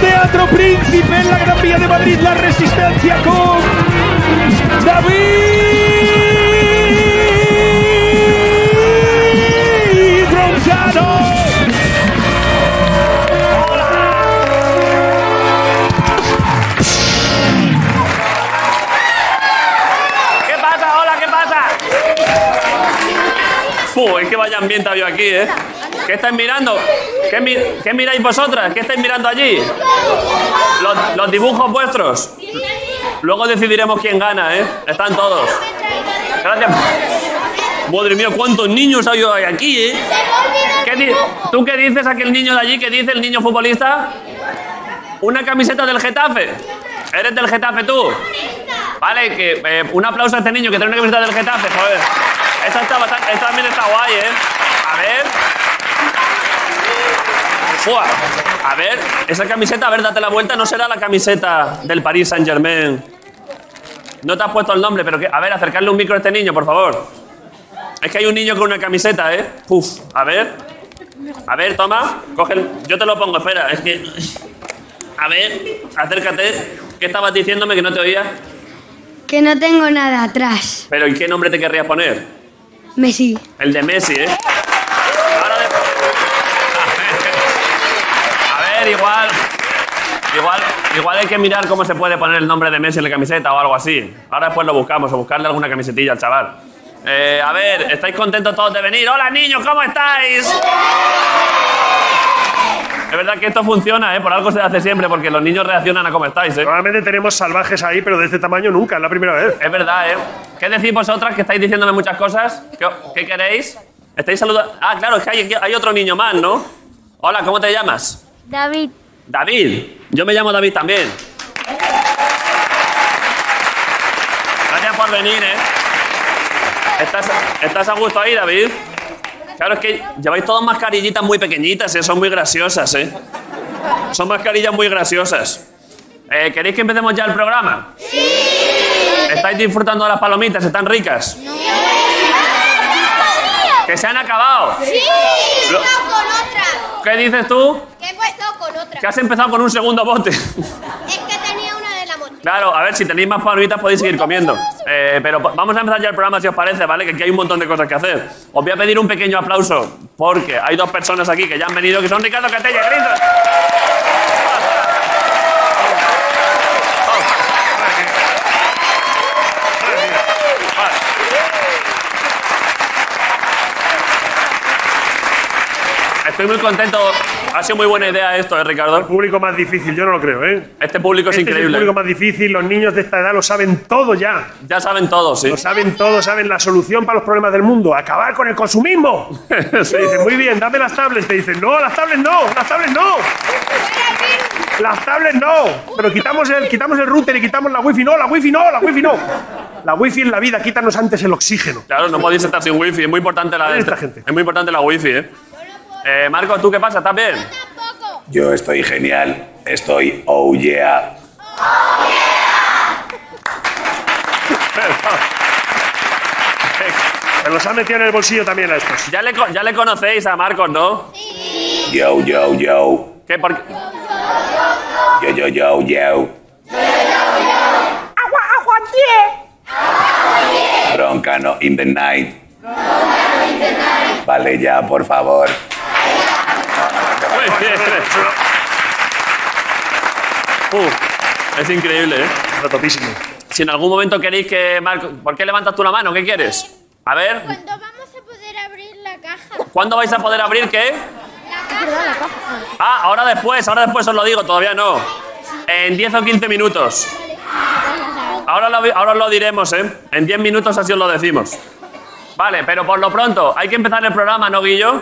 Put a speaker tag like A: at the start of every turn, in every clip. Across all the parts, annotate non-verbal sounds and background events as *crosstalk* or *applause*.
A: Teatro Príncipe en la Gran Vía de Madrid, la resistencia con David Ronzano.
B: ¿Qué pasa? Hola, ¿qué pasa? Fu, es que vaya ambiente había aquí, ¿eh? ¿Qué estáis mirando? ¿Qué, mi- qué miráis vosotras? ¿Qué estáis mirando allí? Los, los dibujos vuestros. Luego decidiremos quién gana, ¿eh? Están todos. Gracias. Madre mía, cuántos niños hay hoy aquí, ¿eh? ¿Qué di- ¿Tú qué dices aquel niño de allí? ¿Qué dice el niño futbolista? Una camiseta del Getafe. ¿Eres del Getafe tú? Vale, que eh, un aplauso a este niño que tiene una camiseta del Getafe, joder. Esta, está bastante- esta también está guay, ¿eh? A ver. Fua. A ver, esa camiseta, a ver, date la vuelta, no será la camiseta del Paris Saint Germain. No te has puesto el nombre, pero que, a ver, acercarle un micro a este niño, por favor. Es que hay un niño con una camiseta, ¿eh? Uf, a ver. A ver, toma, cógelo. Yo te lo pongo, espera, es que. A ver, acércate. ¿Qué estabas diciéndome que no te oía?
C: Que no tengo nada atrás.
B: Pero ¿y qué nombre te querrías poner?
C: Messi.
B: El de Messi, ¿eh? Ahora de- A ver, igual. Igual, igual hay que mirar cómo se puede poner el nombre de Messi en la camiseta o algo así. Ahora después lo buscamos, o buscarle alguna camisetilla al chaval. Eh, a ver, ¿estáis contentos todos de venir? Hola niños, ¿cómo estáis? Es verdad que esto funciona, ¿eh? Por algo se hace siempre, porque los niños reaccionan a cómo estáis, ¿eh?
D: Normalmente tenemos salvajes ahí, pero de este tamaño nunca, es la primera vez.
B: Es verdad, ¿eh? ¿Qué decís vosotras que estáis diciéndome muchas cosas? ¿Qué, qué queréis? ¿Estáis saludando? Ah, claro, es que hay, hay otro niño más, ¿no? Hola, ¿cómo te llamas?
C: David.
B: David. Yo me llamo David también. Gracias por venir, ¿eh? ¿Estás, estás a gusto ahí, David? Claro, es que lleváis todas mascarillitas muy pequeñitas, ¿eh? Son muy graciosas, ¿eh? Son mascarillas muy graciosas. Eh, ¿Queréis que empecemos ya el programa? ¡Sí! ¿Estáis disfrutando de las palomitas? ¿Están ricas? ¿Que se han acabado?
E: Sí,
B: Lo-
E: no con otra.
B: ¿Qué dices tú?
E: Que he puesto con otra.
B: Que has empezado con un segundo bote.
E: Es que tenía una de la moto.
B: Claro, a ver, si tenéis más palomitas podéis seguir comiendo. Eh, pero pa- vamos a empezar ya el programa si os parece, ¿vale? Que aquí hay un montón de cosas que hacer. Os voy a pedir un pequeño aplauso, porque hay dos personas aquí que ya han venido, que son Ricardo Catella y Gritos. Estoy muy contento. Ha sido muy buena idea esto, ¿eh,
D: El
B: Ricardo?
D: público más difícil, yo no lo creo, ¿eh?
B: Este público es
D: Este el
B: increíble.
D: público más difícil, los niños de esta edad lo saben todo ya.
B: Ya saben todos, sí.
D: Lo saben todo, saben la solución para los problemas del mundo. Acabar con el consumismo.
B: *laughs* Sí.
D: Te dicen, muy bien, dame las tablets. Te dicen, no, las tablets no, las tablets no. Las tablets no. Pero quitamos el, quitamos el router y quitamos la wifi. No, la wifi no, la wifi no. La wifi en la vida, quítanos antes el oxígeno.
B: Claro, no podéis estar sin wifi. Es muy importante la
D: Esta gente.
B: Es muy importante la wifi, ¿eh? Eh, Marco, ¿tú qué pasa? ¿Estás bien?
E: Tampoco.
F: Yo estoy genial. Estoy oh yeah.
D: Se los ha metido en el bolsillo también a estos.
B: Ya le, co- ya le conocéis a Marcos, ¿no?
F: Yo, yo, yo.
B: ¿Qué, por,
F: Yo, yo, yo, yo. Broncano in the night. Vale ya, por favor.
B: Muy bien. Uh, es increíble, ¿eh?
D: Está topísimo.
B: Si en algún momento queréis que Marco... ¿Por qué levantas tú la mano? ¿Qué quieres? A ver,
E: ¿Cuándo vamos a poder abrir la caja?
B: ¿cuándo vais a poder abrir qué?
E: La caja.
B: Ah, ahora después, ahora después os lo digo, todavía no. En 10 o 15 minutos. Ahora, lo, vi- ahora os lo diremos, ¿eh? En 10 minutos así os lo decimos. Vale, pero por lo pronto, hay que empezar el programa, ¿no, Guillo?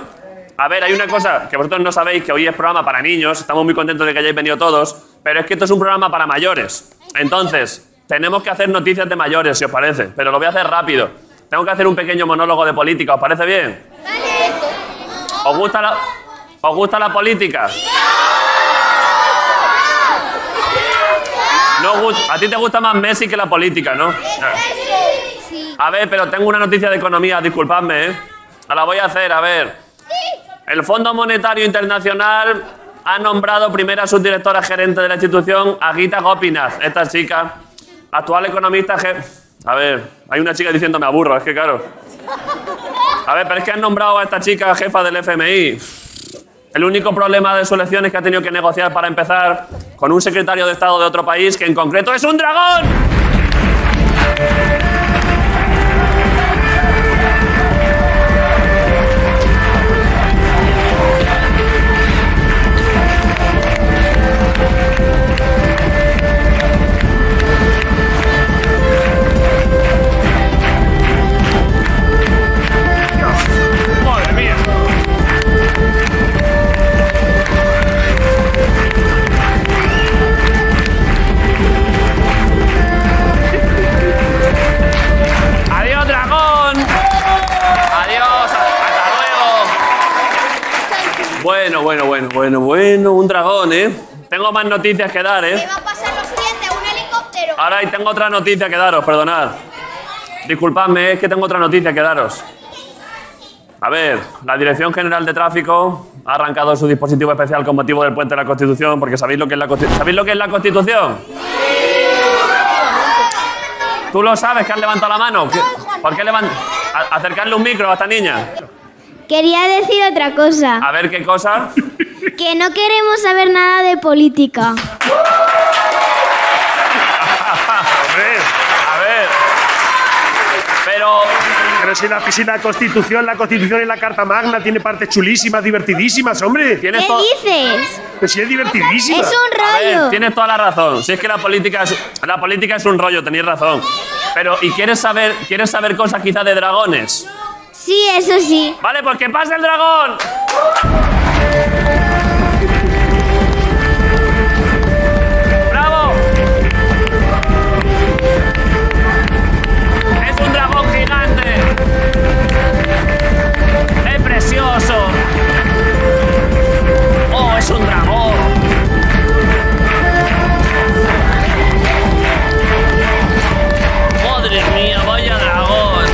B: A ver, hay una cosa que vosotros no sabéis, que hoy es programa para niños, estamos muy contentos de que hayáis venido todos, pero es que esto es un programa para mayores. Entonces, tenemos que hacer noticias de mayores, si os parece, pero lo voy a hacer rápido. Tengo que hacer un pequeño monólogo de política, ¿os parece bien? ¿Os gusta la, os gusta la política? No gu- a ti te gusta más Messi que la política, ¿no?
E: Sí.
B: A ver, pero tengo una noticia de economía, disculpadme, ¿eh? La voy a hacer, a ver. El Fondo Monetario Internacional ha nombrado primera subdirectora gerente de la institución a Gita Gopinath, esta chica, actual economista jefe... A ver, hay una chica diciendo me aburro, es que claro. A ver, pero es que han nombrado a esta chica jefa del FMI. El único problema de su elección es que ha tenido que negociar para empezar con un secretario de Estado de otro país que en concreto es un dragón. Madre mía. Adiós, dragón. Adiós. Hasta luego. Bueno, bueno, bueno, bueno, bueno. Un dragón, ¿eh? Tengo más noticias que dar, ¿eh?
E: va a pasar lo siguiente? ¿Un helicóptero?
B: Ahora y tengo otra noticia que daros, perdonad. Disculpadme, es que tengo otra noticia que daros. A ver, la Dirección General de Tráfico ha arrancado su dispositivo especial con motivo del puente de la Constitución, porque ¿sabéis lo que es la, Consti- ¿sabéis lo que es la Constitución? ¿Tú lo sabes que has levantado la mano? ¿Qué- ¿Por qué levantas? Acercarle un micro a esta niña.
G: Quería decir otra cosa,
B: A ver qué cosa.
G: que no queremos saber nada de
B: *laughs*
G: política.
D: Hombre,
B: A ver. Pero
D: pero si la, si la Constitución, la Constitución y la Carta Magna tiene partes chulísimas, divertidísimas, hombre.
G: ¿Qué
B: tienes todo.
G: dices?
D: Pero si es divertidísima.
G: Es un
B: A ver,
G: rollo.
B: tienes toda la razón. Si es que la política es, la política es un rollo, tenéis razón. Pero, ¿y quieres saber, quieres saber cosas quizá de dragones?
G: Sí, eso sí.
B: Vale, pues que pase el dragón. ¡Bravo! Es un dragón gigante. Es precioso. Oh, es un dragón. Madre mía, vaya dragón.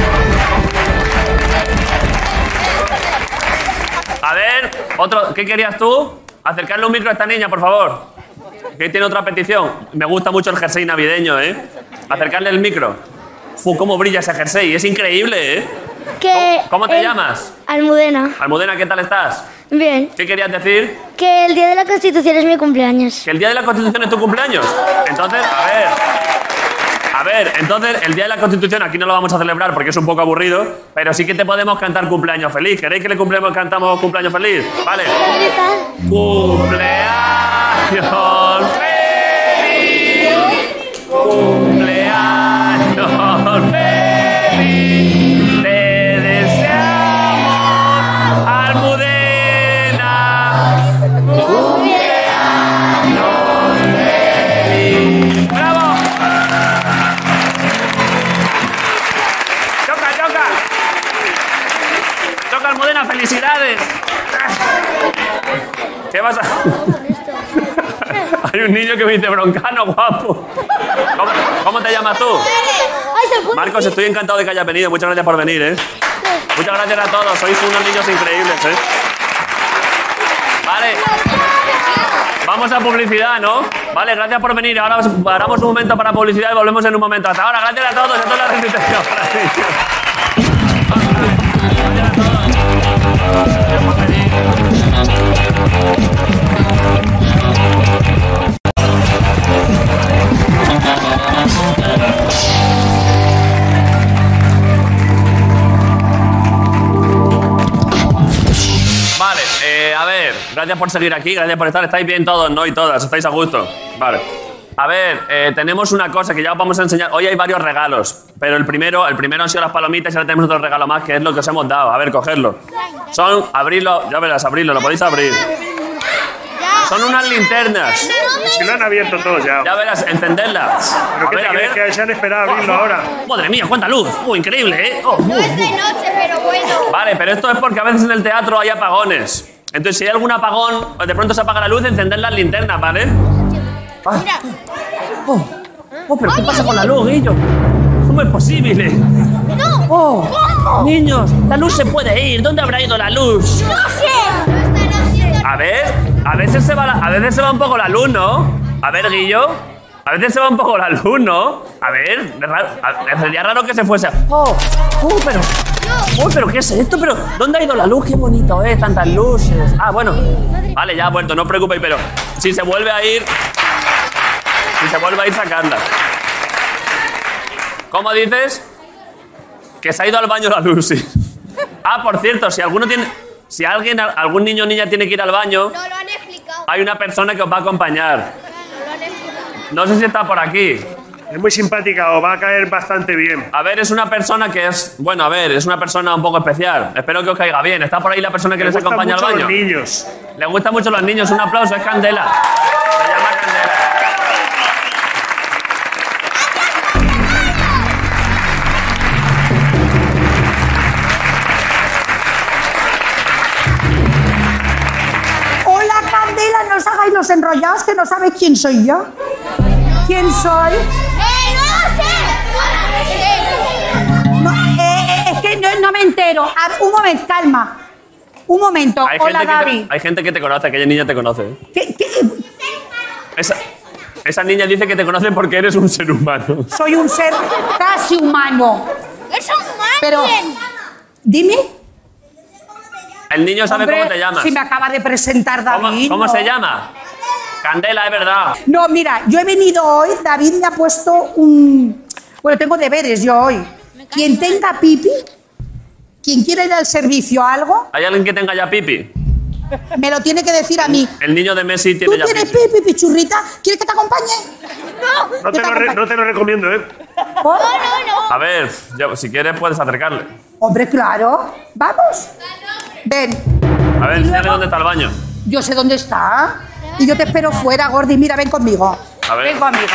B: A ver, otro, ¿qué querías tú? Acercarle un micro a esta niña, por favor. Que tiene otra petición. Me gusta mucho el jersey navideño, ¿eh? Acercarle el micro. Fu, cómo brilla ese jersey, es increíble, ¿eh?
G: Que
B: ¿Cómo te
G: el-
B: llamas?
G: Almudena.
B: Almudena, ¿qué tal estás?
G: Bien.
B: ¿Qué querías decir?
G: Que el día de la Constitución es mi cumpleaños.
B: Que el día de la Constitución es tu cumpleaños. Entonces, a ver. A ver, entonces el día de la Constitución aquí no lo vamos a celebrar porque es un poco aburrido, pero sí que te podemos cantar cumpleaños feliz. ¿Queréis que le cumplemos, cantamos cumpleaños feliz? Vale. Cumpleaños feliz. Cumpleaños feliz. Te deseamos, Almudena. Cumpleaños feliz. ¡Bravo! ¡Choca, choca! ¡Choca, Almudena! ¡Felicidades! ¿Qué vas a...? *laughs* Hay un niño que me dice broncano, guapo. ¿Cómo, cómo te llamas tú? Marcos, estoy encantado de que hayas venido. Muchas gracias por venir, ¿eh? Muchas gracias a todos. Sois unos niños increíbles, ¿eh? Vale. Vamos a publicidad, ¿no? Vale, gracias por venir. Ahora os- paramos un momento para publicidad y volvemos en un momento. Hasta ahora, gracias a todos. Esto es la resistencia. Gracias a todos. Gracias por venir. Vale, eh, a ver, gracias por seguir aquí, gracias por estar. Estáis bien todos, ¿no? Y todas, estáis a gusto. Vale. A ver, eh, tenemos una cosa que ya os vamos a enseñar. Hoy hay varios regalos, pero el primero, el primero han sido las palomitas y ahora tenemos otro regalo más, que es lo que os hemos dado. A ver, cogedlo. Son, abrirlo, ya verás, abrirlo, lo podéis abrir. Son unas linternas.
D: Si lo han abierto todos ya.
B: Ya verás, encenderlas.
D: ¿Pero
B: A
D: qué
B: ver,
D: te
B: a
D: crees
B: ver.
D: que se han esperado a abrirlo ahora?
B: Madre mía, cuánta luz. Uh, increíble, ¿eh? Oh,
E: No es de noche, pero bueno.
B: Vale, pero esto es porque a veces en el teatro hay apagones. Entonces, si hay algún apagón, pues de pronto se apaga la luz, encender las linternas, ¿vale? Ah. Oh, oh, pero ¿qué pasa con la luz, Guillo? ¿Cómo es posible?
E: ¡No!
B: Oh, niños, la luz se puede ir. ¿Dónde habrá ido la luz?
E: ¡No sé! Lo estará haciendo.
B: A ver, A veces se va, la- a veces se va un poco la luz, ¿no? A ver, Guillo. A veces se va un poco la luz, ¿no? A ver, es raro, a- sería raro que se fuese. ¡Oh! ¡Uh, pero! ¡Uy, pero qué es esto! ¿Pero dónde ha ido la luz? ¡Qué bonito, eh! Tantas luces. Ah, bueno. Vale, ya ha vuelto, no os preocupéis, pero si se vuelve a ir. Si se vuelve a ir, sacadla. ¿Cómo dices? Que se ha ido al baño la Lucy. Ah, por cierto, si alguno tiene. Si alguien, algún niño o niña tiene que ir al baño,
E: No lo han explicado.
B: hay una persona que os va a acompañar.
E: No lo han explicado.
B: No sé si está por aquí.
D: Es muy simpática, os va a caer bastante bien.
B: A ver, es una persona que es. Bueno, a ver, es una persona un poco especial. Espero que os caiga bien. ¿Está por ahí la persona que
D: Me
B: les
D: gustan
B: acompaña al
D: mucho
B: baño?
D: los niños.
B: Le gustan mucho los niños. Un aplauso, es Candela. Se llama Candela.
H: Hola, Candela, no os hagáis los enrollados que no sabéis quién soy yo. ¿Quién soy?
E: ¡Eh, no lo sé! No lo sé.
H: No, eh, eh, es que no, no me entero. A ver, un momento, calma. Un momento.
B: Hay,
H: Hola,
B: gente que
H: Gaby.
B: te, hay gente que te conoce, aquella niña te conoce.
H: ¿Qué- qué-
B: Esa, esa niña dice que te conoce porque eres un ser humano.
H: Soy un ser casi humano.
E: ¡Es un mal!
H: Pero- Dime.
B: El niño sabe
H: hombre,
B: cómo te llamas.
H: Si me acaba de presentar
B: ¿Cómo,
H: David.
B: cómo
H: no.
B: se llama? Candela, es verdad.
H: No, mira, yo he venido hoy, David me ha puesto un... Bueno, tengo deberes yo hoy. Quien tenga pipi, quien quiera ir al servicio a algo,
B: ¿Hay alguien que tenga ya pipi?
H: me lo tiene que decir a mí.
B: El niño de Messi
H: ¿Tú
B: tiene ya
H: tienes
B: pipi.
H: pipi, pichurrita? ¿Quieres que te acompañe? No.
D: No te, lo re- no te lo recomiendo, ¿eh?
B: A ver, yo- si quieres puedes acercarle.
H: Hombre, claro. Vamos. Ven,
B: A ver, enséñame dónde está el baño.
H: yo sé dónde está. Y yo te espero fuera, Gordi. Mira, ven conmigo.
B: A ver.
H: Ven conmigo.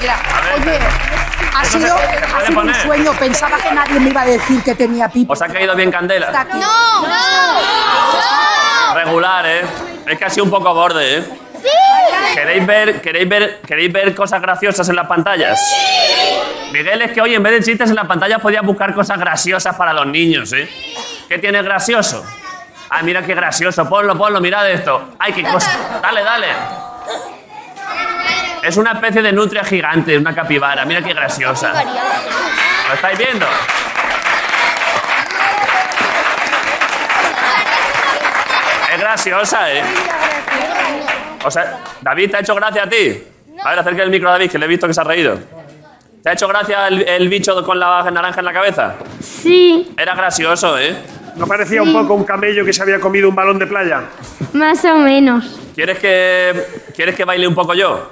H: Mira, oye, ha
B: Eso se-
H: sido,
B: se
H: ha
B: puede
H: sido un
B: poner.
H: sueño. Pensaba que nadie me iba a decir que tenía pipi.
B: ¿Os ha caído bien
H: Está
B: Candela?
H: aquí.
E: ¡No! ¡No!
B: Regular, ¿eh? Es que ha sido un poco borde, ¿eh?
E: ¡Sí!
B: ¿Queréis ver, queréis, ver, ¿Queréis ver cosas graciosas en las pantallas? Miguel, es que hoy en vez de chistes en las pantallas podías buscar cosas graciosas para los niños, ¿eh? ¿Qué tiene gracioso? Ah, mira qué gracioso. Ponlo, ponlo, mirad esto. ¡Ay, qué cosa! Dale, dale. Es una especie de nutria gigante, una capibara. Mira qué graciosa. ¿Lo estáis viendo? Es graciosa, ¿eh? O sea, David, ¿te ha hecho gracia a ti? A ver, acerca el micro a David, que le he visto que se ha reído. ¿Te ha hecho gracia el, el bicho con la naranja en la cabeza?
G: Sí,
B: Era gracioso, ¿eh?
D: ¿No parecía un poco un camello que se había comido un balón de playa?
G: más o menos.
B: ¿Quieres que, ¿quieres que baile un poco yo?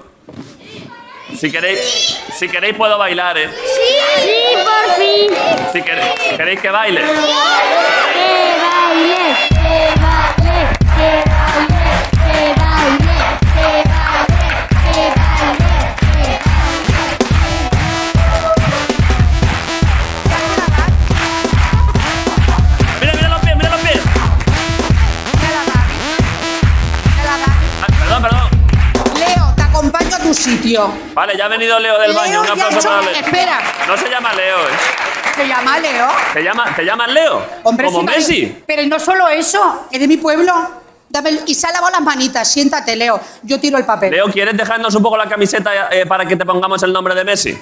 B: Si queréis, si queréis puedo bailar, ¿eh?
G: Sí, por fin.
B: Si quer- queréis que baile.
G: Que baile, que baile, que baile, que baile, que baile, que baile.
B: ¡Mira, mira los pies, mira los pies! Ah, perdón, perdón.
H: Leo, te acompaño a tu sitio.
B: Vale, ya ha venido Leo del baño. Un
H: Leo ya ha
B: aplauso
H: hecho-
B: para Leo.
H: Espera,
B: No se llama Leo, ¿eh?
H: ¿te llama Leo?
B: ¿Te, llama, ¿Te llamas Leo?
H: Hombre,
B: Como
H: sí, vale.
B: Messi.
H: Pero no solo eso, es de mi pueblo. Dame el- y se ha lavado las manitas, siéntate, Leo. Yo tiro el papel.
B: Leo, ¿quieres dejarnos un poco la camiseta eh, para que te pongamos el nombre de Messi?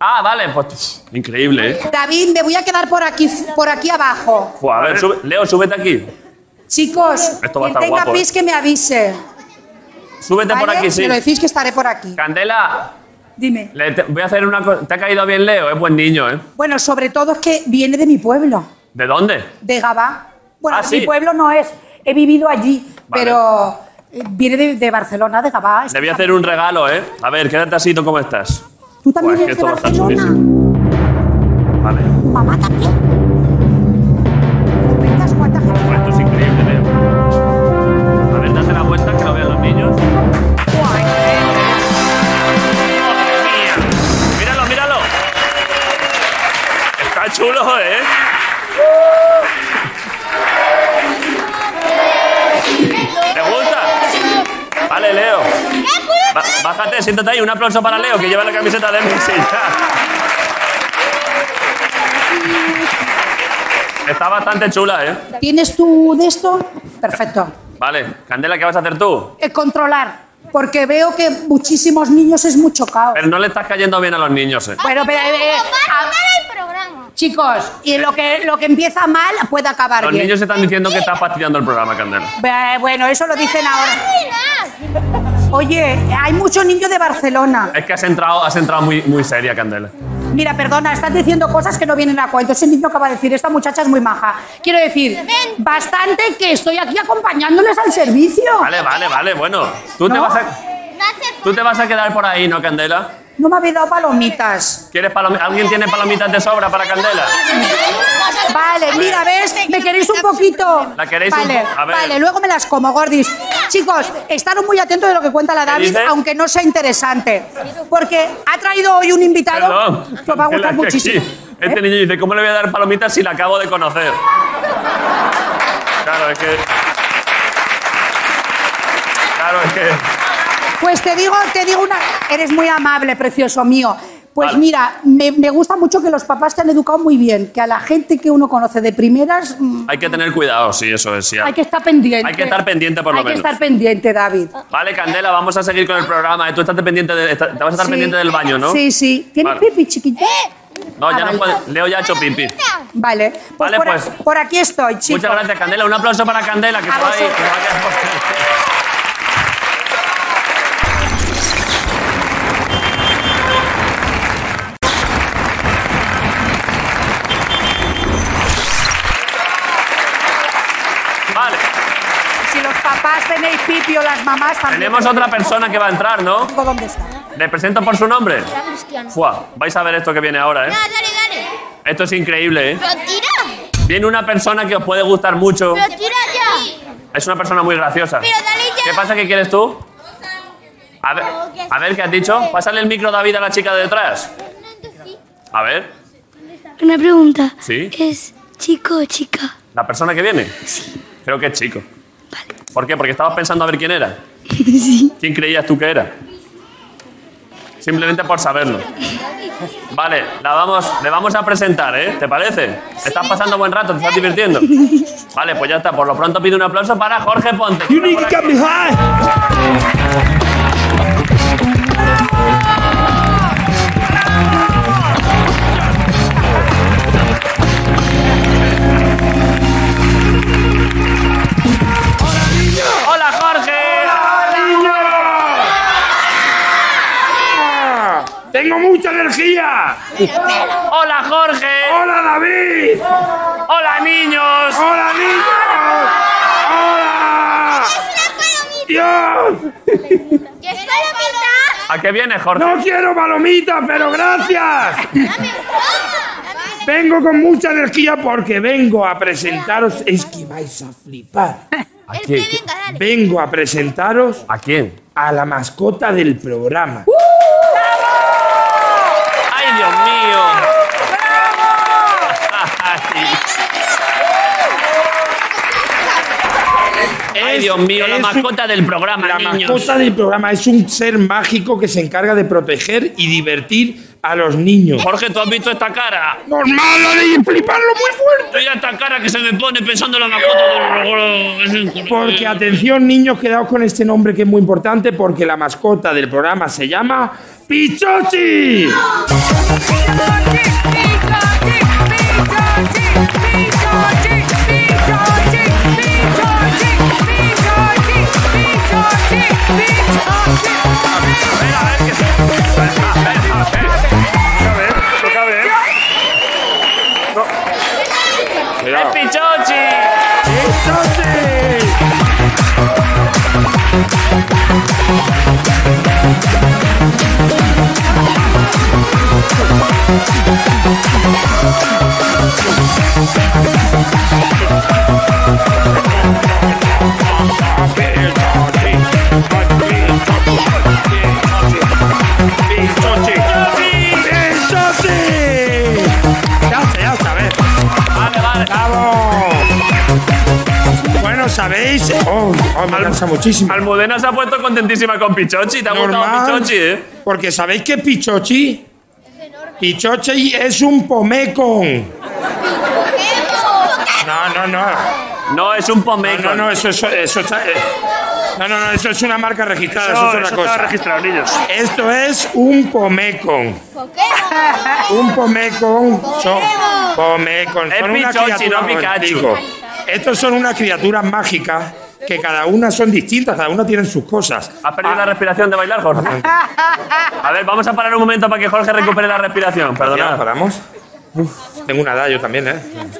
B: Ah, vale, pues pff, increíble, ¿eh?
H: David, me voy a quedar por aquí, por aquí abajo.
B: Fua, a ver, sube- Leo, súbete aquí.
H: Chicos,
B: Esto va a
H: quien
B: estar
H: tenga
B: guapo,
H: pis que me avise.
B: Súbete por
H: ¿vale?
B: aquí, sí.
H: Me lo decís que estaré por aquí.
B: Candela,
H: Dime.
B: le te- voy a hacer una cosa. ¿Te ha caído bien Leo? Es buen niño, ¿eh?
H: Bueno, sobre todo es que viene de mi pueblo,
B: ¿De dónde?
H: de Gabá. Bueno,
B: Ah,
H: de
B: sí.
H: mi pueblo no es. He vivido allí,
B: Vale.
H: pero eh, viene de, de Barcelona, de Gabá.
B: Le voy a hacer un regalo, ¿eh? A ver, quédate así, ¿tú cómo estás?
H: Tú también
B: Buah, es que esto
H: eres de
B: va a estar
H: Barcelona.
B: chulísimo. Vale.
H: Mamá también. Vengas, cuánta gente.
B: Buah, esto es increíble, Leo. A ver, date la vuelta que lo vean los niños. ¡Madre mía! ¡Míralo, míralo! Está chulo, ¿eh? ¿Te gusta? Vale, Leo. Ba- bájate, siéntate ahí. Un aplauso para Leo, que lleva la camiseta de Messi. ya. Está bastante chula, ¿eh?
H: ¿Tienes tú de esto? Perfecto.
B: Vale. Candela, ¿qué vas a hacer tú?
H: Eh, controlar. Porque veo que muchísimos niños es mucho caos.
B: Pero no le estás cayendo bien a los niños, ¿eh?
H: Bueno, pero eh, eh, a-
E: el programa.
H: chicos, y lo que, lo que empieza mal puede acabar
B: Los
H: bien.
B: niños están diciendo que estás fastidiando el programa, Candela.
H: Eh, bueno, eso lo dicen ahora. Oye, hay muchos niños de Barcelona.
B: Es que has entrado, has entrado muy, muy seria, Candela.
H: Mira, perdona, estás diciendo cosas que no vienen a cuento. Ese niño acaba de decir, esta muchacha es muy maja. Quiero decir, bastante que estoy aquí acompañándoles al servicio.
B: Vale, vale, vale, bueno. Tú, te,
H: ¿No?
B: vas a,
E: No hace
B: tú te vas a quedar por ahí, ¿no, Candela?
H: No me habéis dado palomitas.
B: ¿Quieres palomi- ¿Alguien tiene palomitas de sobra para Candela?
H: Vale, mira, ¿ves? ¿Me queréis un poquito?
B: La queréis un
H: vale,
B: po- a ver.
H: Vale, luego me las como, gordis. Chicos, estaros muy atentos de lo que cuenta la David,
B: dice?
H: aunque no sea interesante. Porque ha traído hoy un invitado
B: Perdón.
H: que os va a gustar
B: Candela, que aquí-
H: muchísimo. ¿Eh?
B: Este niño dice, ¿cómo le voy a dar palomitas si la acabo de conocer? Claro, es que... Claro, es que...
H: Pues te digo, te digo una. Eres muy amable, precioso mío. Pues
B: Vale.
H: mira, me, me gusta mucho que los papás te han educado muy bien, que a la gente que uno conoce de primeras mm,
B: Hay que tener cuidado, sí, eso es. sí.
H: hay que estar pendiente.
B: Hay que estar pendiente, por lo
H: Hay que
B: menos.
H: estar pendiente, David.
B: Vale, Candela, vamos a seguir con el programa. ¿eh? Tú estás pendiente de- esta- te vas a estar
H: Sí.
B: pendiente del baño, ¿no?
H: Sí, sí. ¿Tienes
B: Vale.
H: pipi, chiquito?
B: No, ya
H: Ah,
B: no
H: vale.
B: puede- Leo ya ha hecho pipi.
H: Vale.
B: Vale,
H: por,
B: pues.
H: Aquí, por aquí estoy, chicos.
B: Muchas gracias, Candela. Un aplauso para Candela, que
H: A
B: se va a ir,
H: vosotros.
B: que se va a quedar por ahí. Vale,
H: Si los papás tenéis pipi o las mamás también.
B: tenemos otra persona que va a entrar, ¿no?
H: Digo, ¿Dónde está?
B: ¿Le presento por su nombre?
E: Cristiano.
B: Fua, vais a ver esto que viene ahora, ¿eh?
E: Ah, dale, dale.
B: Esto es increíble, ¿eh?
E: Pero tira.
B: Viene una persona que os puede gustar mucho.
E: Pero tira ya.
B: Es una persona muy graciosa.
E: Pero dale ya.
B: ¿Qué pasa? ¿Qué quieres tú? A ver, a ver, ¿qué has dicho? Pásale el micro, David, a la chica de detrás. A ver,
C: Una pregunta.
B: Sí.
C: ¿Es chico o chica? *laughs*
B: ¿la persona que viene? Creo que es chico. ¿Por qué? Porque estabas pensando a ver quién era.
C: sí.
B: ¿Quién creías tú que era? Simplemente por saberlo. Vale, la vamos, le vamos a presentar, ¿eh? ¿Te parece? ¿Estás pasando buen rato? ¿Te estás divirtiendo? Vale, pues ya está. Por lo pronto pido un aplauso para Jorge Ponte. que
A: You
B: está
A: need
B: por
A: to
B: aquí.
A: get behind.
B: ¡Hola, Jorge!
D: ¡Tengo mucha energía!
B: ¡Hola, Jorge!
D: ¡Hola, David!
B: ¡Hola, niños!
D: ¡Hola, niños! ¡Hola! ¡Dios!
E: ¿Qué es palomita?
B: ¿A qué viene, Jorge?
D: No quiero palomitas, pero gracias.
E: Dame una.
D: Vengo con mucha energía porque vengo a presentaros. Es que vais a flipar.
B: ¿A
E: El
B: quién?
E: que venga, dale.
D: Vengo a presentaros
B: ¿A quién?
D: a la mascota del programa.
B: ¡Ay, Dios mío! Ay, ¡Ay,
D: Es-
B: Dios mío! La
D: es un-
B: mascota del programa,
D: La
B: niños.
D: mascota del programa es un ser mágico que se encarga de proteger y divertir a los niños.
B: Jorge, ¿tú has visto esta cara?
D: Normal, lo de fliparlo muy fuerte.
B: Mira esta cara que se me pone pensando en la mascota del
D: Porque atención niños, quedaos con este nombre que es muy importante porque la mascota del programa se llama Pichochi.
B: ¡El pichochi! Vale, vale.
D: Bueno, sabéis. Oh, oh, me cansa muchísimo.
B: Almudena se ha puesto contentísima con Pichochi. ¿Te ha gustado
D: Normal,
B: Pichochi, eh?
D: Porque sabéis que Pichochi. Pichochi es un pomecon.
E: ¿Qué?
I: No, no.
B: No, es un
I: No,
B: postmaker.
I: no, no, eso, eso, eso está. eh, No, no, no, eso es una marca registrada, eso,
D: No,
I: es otra
D: eso
I: cosa.
D: está registrado, niños.
I: Esto es un pomecon. Un pomecon. Son, pomecon.
B: Es
I: Son una
B: Pichochi,
I: criatura,
B: no Pikachu.
I: chicos. Estos son unas criaturas mágicas que cada una son distintas, cada una tiene sus cosas.
B: ¿Has perdido la respiración de bailar, Jorge?
J: *laughs*
B: A ver, vamos a parar un momento para que Jorge recupere la respiración.
I: Ya,
B: Perdona.
I: paramos. Uf, tengo una edad yo también, ¿eh?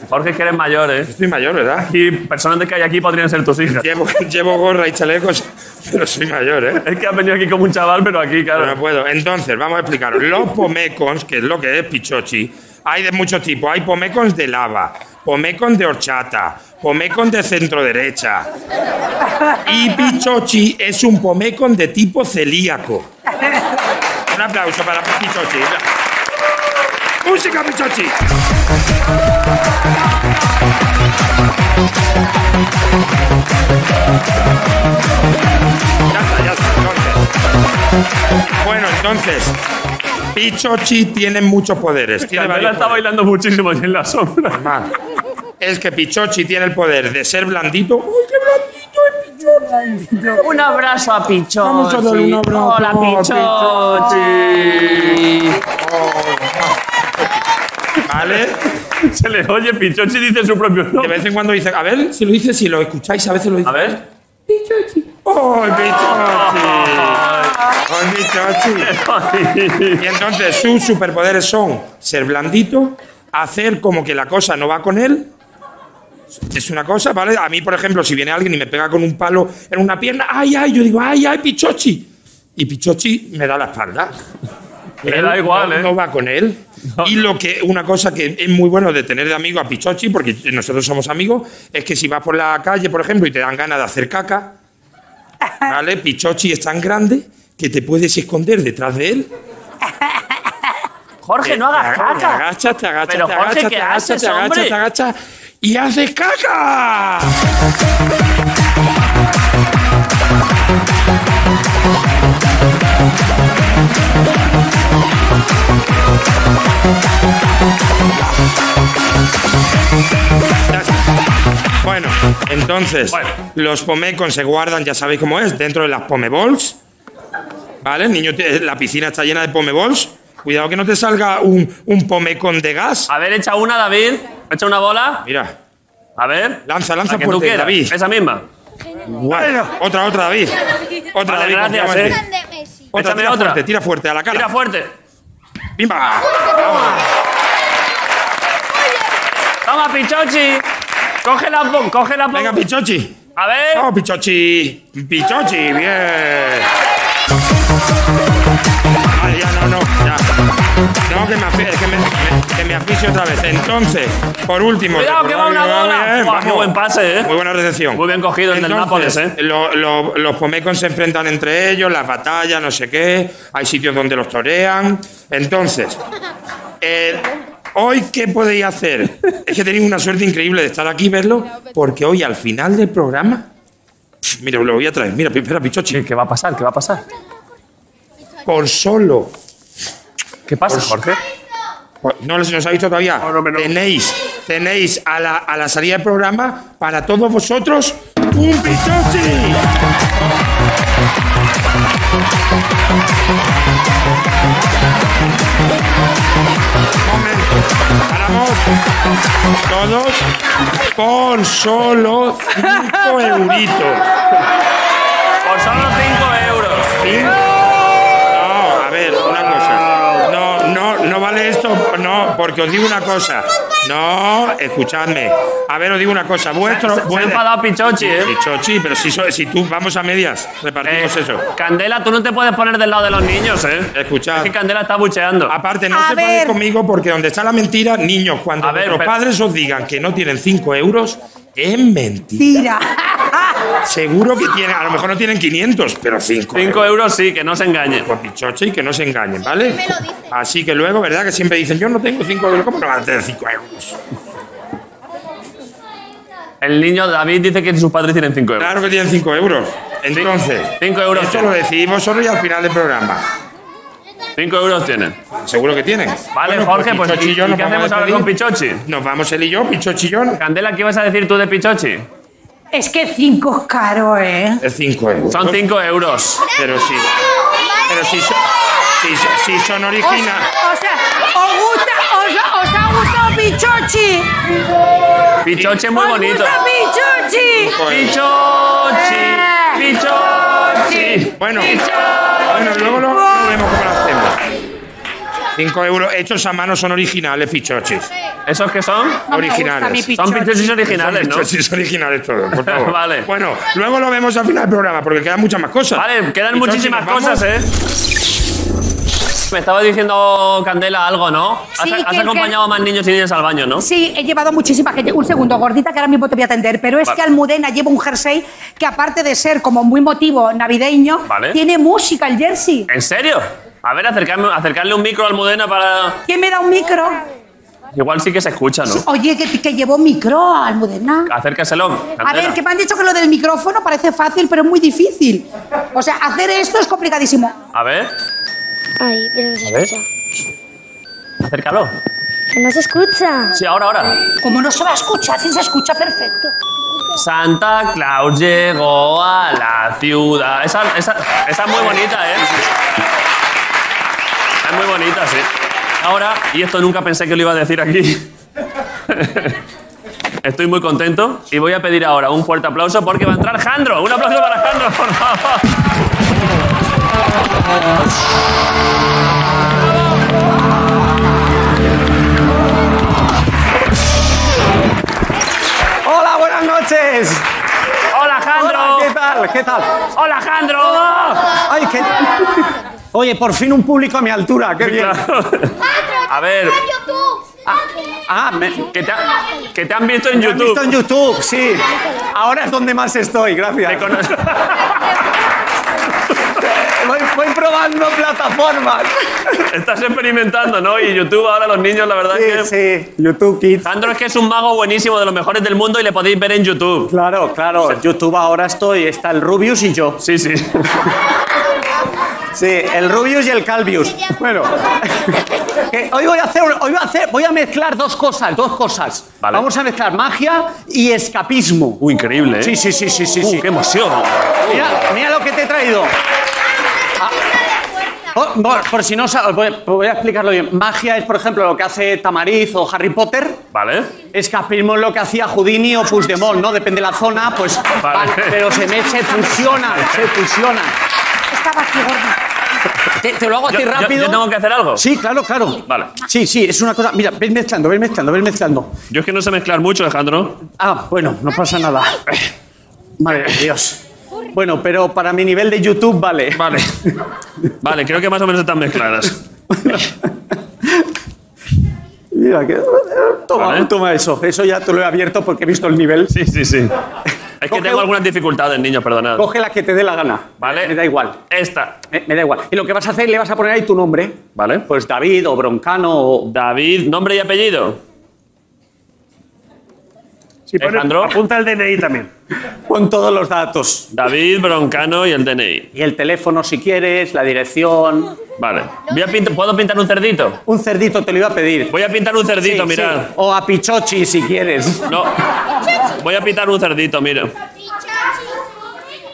B: Jorge, es que eres mayor, ¿eh?
I: Estoy mayor, ¿verdad?
B: Y personas que hay aquí podrían ser tus hijas.
I: Llevo, llevo gorra y chalecos, *laughs* pero soy mayor, ¿eh?
B: Es que has venido aquí como un chaval, pero aquí,
I: Pero
B: claro.
I: no puedo. Entonces, vamos a explicaros. Los pomecons, que es lo que es pichochi, hay de muchos tipos. Hay pomecons de lava, pomecons de horchata, pomecons de centro derecha. Y pichochi es un pomecon de tipo celíaco. Un aplauso para pichochi. Música pichochi. Ya está, ya está. entonces. Bueno, entonces, Pichochi tiene muchos poderes. Tiene
B: Candela
I: varios
B: está
I: poderes.
B: bailando muchísimo allí en la sombra.
I: Mal. Es que Pichochi tiene el poder de ser blandito. ¡Uy, qué blandito es
J: *laughs*
I: Pichochi!
J: Un abrazo a Pichochi.
I: Vamos a darle un abrazo
J: Hola,
I: a
J: Pichochi.
I: ¿Vale?
B: *laughs* Se le oye Pichochi dice su propio
I: De
B: nombre.
I: vez en cuando dice, a ver si lo dice, si lo escucháis, a veces lo dice.
B: A ver.
I: ¡Oh, Pichochi! ¡Oh, Pichochi! ¡Oh,
B: *laughs*
I: Y entonces sus superpoderes son ser blandito, hacer como que la cosa no va con él. Es una cosa, ¿vale? A mí, por ejemplo, si viene alguien y me pega con un palo en una pierna, ¡ay, ay! Yo digo, ¡ay, ay, Pichochi! Y Pichochi me da la espalda.
B: Le da
I: Él
B: igual,
I: no,
B: ¿eh?
I: no va con él. Y lo que una cosa que es muy bueno de tener de amigo a Pichochi, porque nosotros somos amigos, es que si vas por la calle, por ejemplo, y te dan ganas de hacer caca, ¿vale? Pichochi es tan grande que te puedes esconder detrás de él.
J: Jorge, no hagas
I: Te aga- Te
J: caca.
I: agachas, te agachas,
J: Pero,
I: te
J: Jorge,
I: agachas,
J: ¿qué
I: te agachas,
J: haces,
I: te agachas,
J: hombre?
I: te agachas y haces caca. Ya está. Bueno, entonces,
B: Bueno.
I: los pomecons se guardan, ya sabéis cómo es, dentro de las pomebols. ¿Vale? El niño, te- la piscina está llena de pomebols. Cuidado que no te salga un, un pomecon de gas.
B: A ver, echa una, David. Echa una bola.
I: Mira,
B: A ver.
I: lanza, lanza
B: La que tú
I: fuerte,
B: quieras.
I: David.
B: Esa misma.
I: Guau. Otra, otra, David. Otra,
B: Vale,
I: David.
B: gracias,
I: confía en
B: eh.
I: ti.
E: de Messi.
I: Otra,
B: Échame
I: tira
B: otra.
I: fuerte, tira fuerte a la cara.
B: Tira fuerte.
I: ¡Pimba!
B: Toma, Pichochi. Coge la po- coge la po-
I: Venga, Pichochi.
B: A ver.
I: Vamos, Pichochi. Pichochi, bien. Ah, ya, no, no, ya. No, que me, afi- es que me, me- que me aficio otra vez. Entonces, por último.
B: Cuidado, que va una
I: recordad-
B: bola.
I: bien,
B: Buah,
I: vamos.
B: qué buen pase, ¿eh?
I: Muy buena recepción.
B: Muy bien cogido el del Nápoles, ¿eh?
I: lo- lo- los pomecons se enfrentan entre ellos, las batallas, no sé qué. Hay sitios donde los torean. Entonces, eh, hoy, ¿qué podéis hacer? Es que tenéis una suerte increíble de estar aquí y verlo, porque hoy, al final del programa. Pff, Mira, lo voy a traer. Mira, espera, pichochi.
B: ¿Qué va a pasar? ¿Qué va a pasar?
I: Por solo.
B: ¿Qué pasa, Jorge?
I: por- No los- no os ha visto todavía.
D: No, no, me lo-
I: Tenéis, tenéis a la, a la salida del programa para todos vosotros un pichochi. Paramos todos por solo 5 euritos.
B: Por solo 5 euros.
I: ¿Sí? No, a ver, una cosa. No, no, no vale esto, no, porque os digo una cosa. No, escuchadme. A ver, os digo una cosa. Vuestro.
B: Se ha
I: vuestro-
B: enfadado Pichochi, ¿eh?
I: Pichochi, pero si, so- si tú vamos a medias,
B: Eh,
I: repartimos pues eso.
B: Candela, tú no te puedes poner del lado de los niños, ¿eh?
I: Escuchad.
B: Es que Candela está bucheando.
I: Aparte, no
H: A
I: se ponéis
H: ver.
I: conmigo porque donde está la mentira, niños, cuando
B: A ver,
I: los
B: pero-
I: padres os digan que no tienen 5 euros, es
H: Tira.
I: mentira. Seguro que tienen, a lo mejor no tienen 500, pero 5
B: 5 euros sí, que no se engañe.
I: con Pichoche y que no se engañen, ¿vale?
E: me lo dice.
I: Así que luego, ¿verdad? Que siempre dicen, yo no tengo 5 euros. ¿Cómo no van a tener 5 euros?
B: El niño David dice que sus padres tienen 5 euros.
I: Claro que tienen 5 euros. Entonces,
B: Cinco euros.
I: esto lo decidís vosotros y al final del programa.
B: Cinco euros tienen.
I: Seguro que tienen.
B: Vale,
I: Bueno,
B: Jorge, pues,
I: Pichochi
B: ¿y,
I: y yo
B: y
I: nos
B: qué
I: vamos a
B: hacemos ahora
I: despedir.
B: con Pichochi?
I: Nos vamos él y yo, Pichochi y yo.
B: Candela, ¿qué vas a decir tú de Pichochi?
H: *laughs* Es que cinco es caro, ¿eh?
I: Es 5 euros.
B: Son cinco euros.
I: Pero sí. Pero si son, si, son- si son
H: O
I: originales.
H: sea, o sea, os gusta, os, os ha gustado Pichochi.
B: Pichochi es muy
H: os
B: bonito.
H: gusta Pichochi.
I: pues,
B: Pichochi,
H: Eh.
B: Pichochi.
I: Bueno, bueno, luego lo, lo vemos cómo lo hacemos. 5 euros hechos a mano son originales, pichochis.
B: ¿Esos qué son?
I: originales.
B: Son pichochis originales,
I: Son
B: ¿no?
I: pichochis originales todos, por favor.
B: Vale.
I: Bueno, luego lo vemos al final del programa, porque quedan muchas más cosas.
B: Vale, quedan
I: Pichochis,
B: muchísimas
I: ¿nos vamos?
B: cosas, ¿eh? Me estaba diciendo Candela algo, ¿no? Has,
H: Sí,
B: has
H: que-
B: acompañado a más niños y niñas al baño, ¿no?
H: Sí, he llevado muchísima gente. Un segundo, gordita, que ahora mismo te voy a atender. Pero es
B: Vale.
H: que Almudena lleva un jersey que, aparte de ser como muy motivo navideño,
B: Vale.
H: tiene música el jersey.
B: ¿En serio? A ver, acercarme, acercarle un micro al Mudena para.
H: ¿Quién me da un micro?
B: Igual sí que se escucha, ¿no?
H: Oye, que, que llevó micro, Almudena.
B: Acércaselo.
H: A
B: Candela.
H: ver, que me han dicho que lo del micrófono parece fácil, pero es muy difícil. O sea, hacer esto es complicadísimo.
B: A ver,
C: Ay, pero no se
B: A ver.
C: escucha.
B: acércalo.
C: Que no se escucha.
B: Sí, ahora, ahora.
H: Como no se va a escuchar, si se escucha perfecto.
B: Santa Claus llegó a la ciudad. Esa, esa- esa es muy bonita, ¿eh? Es muy bonita, sí. Ahora, y esto nunca pensé que lo iba a decir aquí. *laughs* Estoy muy contento y voy a pedir ahora un fuerte aplauso porque va a entrar Jandro. Un aplauso para Jandro, por favor.
K: Hola, buenas noches.
B: ¡Hola,
K: Hola, ¿qué
B: Jandro!
K: tal? ¿Qué tal?
B: ¡Hola, Jandro!
K: Ay, qué... Oye, por fin un público a mi altura, qué bien.
B: A ver,
K: Ah, me...
B: que te, ha- que te han visto en
K: me han visto en
B: YouTube.
K: YouTube, sí. Ahora es donde más estoy, gracias.
B: Te cono-
K: *laughs* Voy, voy probando plataformas.
B: Estás experimentando, ¿no? Y YouTube ahora los niños, la verdad es que...
K: Sí, sí, YouTube Kids.
B: Sandro es que es un mago buenísimo, de los mejores del mundo y le podéis ver en YouTube.
K: Claro, claro, YouTube ahora estoy, está el Rubius y yo.
B: Sí, sí.
K: Sí, el Rubius y el Calvius. Bueno, que hoy voy a hacer, hoy voy a hacer, voy a mezclar dos cosas, dos cosas.
B: Vale.
K: Vamos a mezclar magia y escapismo.
B: Uy, increíble, ¿eh?
K: Sí, sí, sí, sí, sí.
B: Uh,
K: sí.
B: ¡Qué emoción!
K: Mira, mira lo que te he traído. Ah, por, por- por si no sabes, voy, voy a explicarlo bien. Magia es, por ejemplo, lo que hace Tamariz o Harry Potter.
B: Vale.
K: Escapismo es lo que hacía Houdini o Puigdemont, ¿no? Depende de la zona, pues
B: Vale.
K: van, pero se, me, se fusionan, se fusionan.
H: Estaba aquí, gordita.
K: Te, te lo hago a
B: Yo,
K: ti
B: yo-
K: rápido.
B: yo tengo que hacer algo.
K: Sí, claro, claro.
B: Vale.
K: Sí, sí, es una cosa. Mira, ves mezclando, ves mezclando, ves mezclando.
B: Yo es que no sé mezclar mucho, Alejandro.
K: Ah, bueno, no pasa nada. Madre de Dios. Bueno, pero para mi nivel de YouTube, vale.
B: Vale. Vale, creo que más o menos están mezcladas.
K: Mira, que... toma,
B: Vale.
K: toma eso. Eso ya te lo he abierto porque he visto el nivel.
B: Sí, sí, sí. Es que
K: Coge
B: tengo
K: un-
B: algunas dificultades, niños, perdonad.
K: Coge la que te dé la gana.
B: Vale.
K: Me da igual.
B: Esta.
K: Me, me da igual. Y lo que vas a hacer, le vas a poner ahí tu nombre.
B: Vale.
K: Pues David o Broncano o.
B: David, nombre y apellido.
D: Si pones-
B: Alejandro.
D: apunta el DNI también.
K: Pon todos los datos.
B: David Broncano y el DNI.
K: Y el teléfono si quieres, la dirección.
B: Vale. Voy a pint- ¿Puedo pintar un cerdito?
K: Un cerdito te lo iba a pedir.
B: Voy a pintar un cerdito,
K: Sí,
B: mirad.
K: sí. O a Pichochi si quieres.
B: No. Voy a pintar un cerdito, mira.